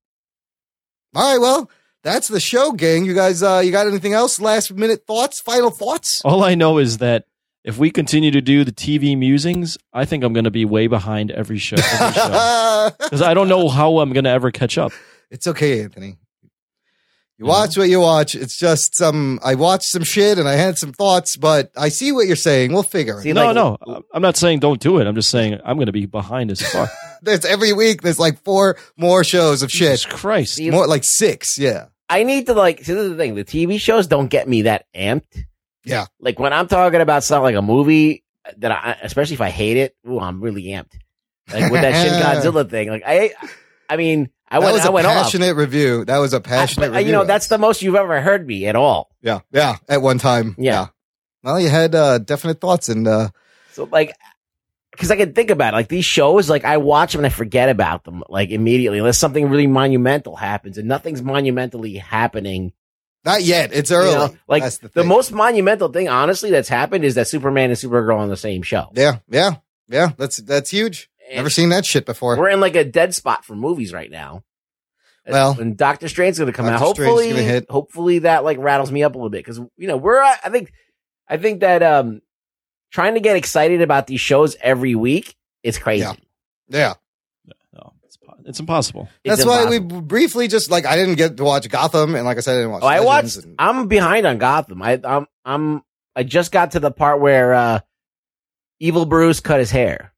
All right, well, that's the show, gang. You guys, uh, you got anything else? Last minute thoughts, final thoughts.
All I know is that if we continue to do the TV musings, I think I'm going to be way behind every show
*laughs*
Oh.
Uh,
because I don't know how I'm going to ever catch up.
It's okay, Anthony.
Mm-hmm.
You watch what you watch. It's just some. I watched some shit and I had some thoughts, but I see what you're saying. We'll figure it.
no, no, I'm not saying don't do it. I'm just saying I'm going to be behind as fuck.
There's every week. There's like four more shows of *laughs* shit.
Christ,
more like six. Yeah,
I need to like. See, this is the thing. The TV shows don't get me that amped.
Yeah.
Like when I'm talking about something like a movie that I, especially if I hate it, ooh, I'm really amped. Like with that
*laughs*
Shin Godzilla thing. Like I, I mean, I
that
went,
was
I
a
went off.
passionate review. That was a passionate
But, uh,
review.
you know, that's the most you've ever heard me at all.
yeah, yeah. At one time, yeah. Well, you had uh, definite thoughts, and uh,
So like, because I can think about it. Like these shows, like I watch them and I forget about them like immediately, unless something really monumental happens, and nothing's monumentally happening.
Not yet. It's
early.
like
like the, most monumental thing, honestly, that's happened is that Superman and Supergirl on the same show.
yeah, yeah, yeah. That's that's huge. Never seen that shit before.
We're in like a dead spot for movies right now.
Well,
and Doctor Strange's going to come out.
Doctor Strange's
Hopefully,
gonna hit.
hopefully that like rattles me up a little bit because you know we're I think I think that um trying to get excited about these shows every week is crazy.
Yeah.
It's impossible.
That's why we briefly just like I didn't get to watch Gotham, and like I said, I didn't watch.
Oh, I
Legends,
watched. I'm behind on Gotham. I, I'm. I'm. I just got to the part where uh, Evil Bruce cut his hair.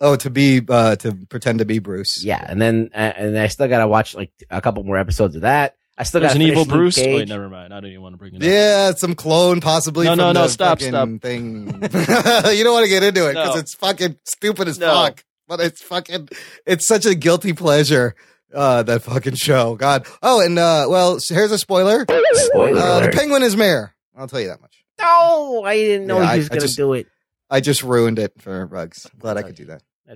Oh, to be uh, to pretend to be Bruce.
Yeah, and then uh, and I still got to watch like a couple more episodes of that. I still
There's an
got
evil Bruce. Wait,
Cage.
never mind. I don't even want to bring it up.
Yeah, some clone possibly.
No,
from
no, no,
the
stop,
fucking
stop. *laughs*
Thing. *laughs* you don't want to get into it because
No.
it's fucking stupid as
No.
fuck. But it's fucking. It's such a guilty pleasure. Uh, that fucking show. God. Oh, and uh, well, so here's a spoiler.
Spoiler
Uh, the
alert.
Penguin is mayor. I'll tell you that much.
No, I didn't know
Yeah, I-
he was
I
going to
just-
do it.
I just ruined it for Rugs. Glad I could do that. *laughs*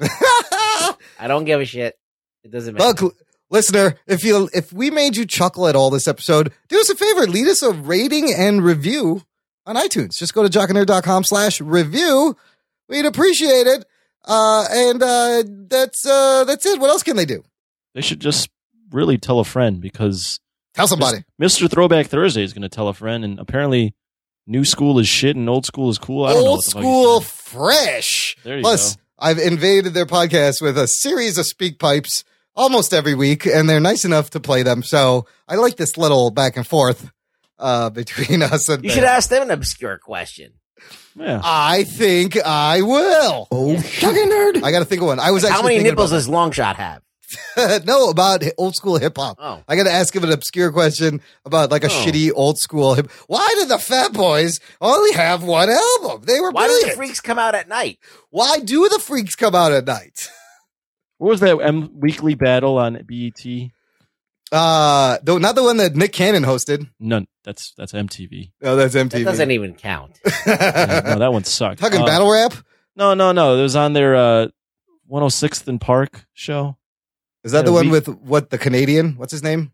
I don't give a shit. It doesn't matter.
Look, listener, if you if we made you chuckle at all this episode, do us a favor, lead us a rating and review on iTunes. Just go to jockandnerd.com slash review. We'd appreciate it. Uh, and uh, that's uh, that's it. What else can they do?
They should just really tell a friend because
tell somebody.
Mr. Throwback Thursday is going to tell a friend, and apparently, new school is shit and old school is cool. I don't know.
Old
what the fuck he's-
school fresh.
There you
Plus,
go.
I've invaded their podcast with a series of speak pipes almost every week, and they're nice enough to play them. So I like this little back and forth uh, *laughs* between us. And
you should
them.
ask them an obscure question.
I think I will. Oh, fucking nerd! I got to think of one. I was
Like,
actually
how many
thinking
nipples
about
does Longshot have?
that. no about *laughs* hi- old school hip hop.
Oh.
I got to ask him an obscure question about like a
Oh.
shitty old school hip. Why did the Fat Boys only have one album? They were
Why do the
brilliant.
freaks come out at night?
Why do the freaks come out at night?
What was that M- weekly battle on E BET?
Uh, though not the one that Nick Cannon hosted.
None. That's
*laughs*
that's MTV.
Oh, that's MTV.
That doesn't e-
*laughs*
even count.
Yeah, no, that one sucked.
Talking
Uh,
battle rap.
No, no, no. It was on their uh, 106th and Park show.
Is that
Yeah,
the one
we-
with what the Canadian? What's his
*laughs*
name?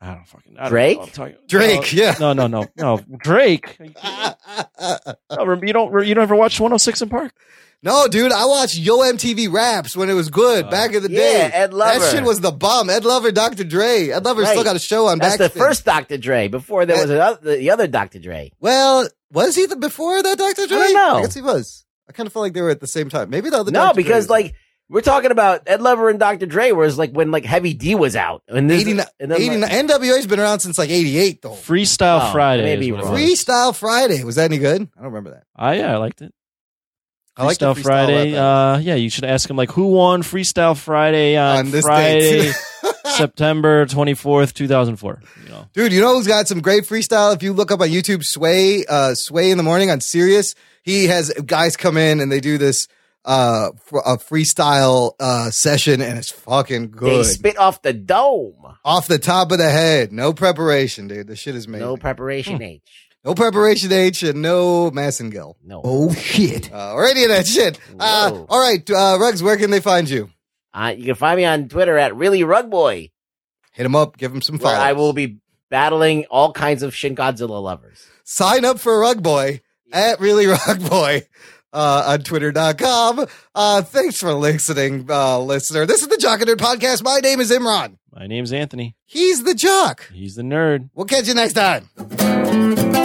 I don't fucking I don't
Drake?
know what I'm talking-
Drake,
No,
yeah.
No, no, no,
*laughs*
no. Drake. No, you don't. You don't ever watch 106 in Park?
No, dude. I watched Yo MTV Raps when it was
Uh,
good back in the
yeah,
day.
Ed Lover.
That shit was the bomb. Ed Lover, Dr. Dre. Ed Lover still
Right.
got a show on.
That's
Backspin.
the first Dr. Dre. Before there was another, the other Dr. Dre.
Well, was he the before that Dr. Dre?
don't know.
I guess he was. I kind of felt like they were at the same time. Maybe the other.
No,
Dr. Dre
because
was-
like we're talking about Ed Lover and Dr. Dre, whereas like when like Heavy D was out, and this,
89
and then, like-
89 NWA's been around since like '88 though.
Freestyle
Oh,
Friday.
maybe
is what it was.
Freestyle Friday was that any good? I don't remember that.
Ah, yeah, I liked it.
I liked the
Freestyle
freestyle
Friday. Uh, yeah, you should ask him like who won Freestyle Friday on,
On this
Friday,
date.
*laughs*
*laughs*
September twenty fourth, two thousand four. You know,
Dude, you know who's got some great freestyle? If you look up on YouTube, Sway, uh, Sway in the morning on Sirius, he has guys come in and they do this uh, fr- a freestyle uh, session, and it's fucking
they
good.
spit off the dome.
Off the top of the head, no preparation, dude. The shit is made.
No preparation H.
No preparation H and no Massengill.
No.
Oh shit. Uh, or any of that shit. Uh, all right, uh, Rugs, where can they find you?
Uh, you can find me on Twitter at really rug boy.
Hit him up. Give him some
where
follows.
I will be battling all kinds of Shin Godzilla lovers.
sign up for Rug Boy at Really Rug Boy uh, on Twitter.com. Uh, thanks for listening, uh, listener. This is the Jock and Nerd Podcast. My name is Imran.
my name's Anthony.
He's the Jock.
He's the nerd.
We'll catch you next time.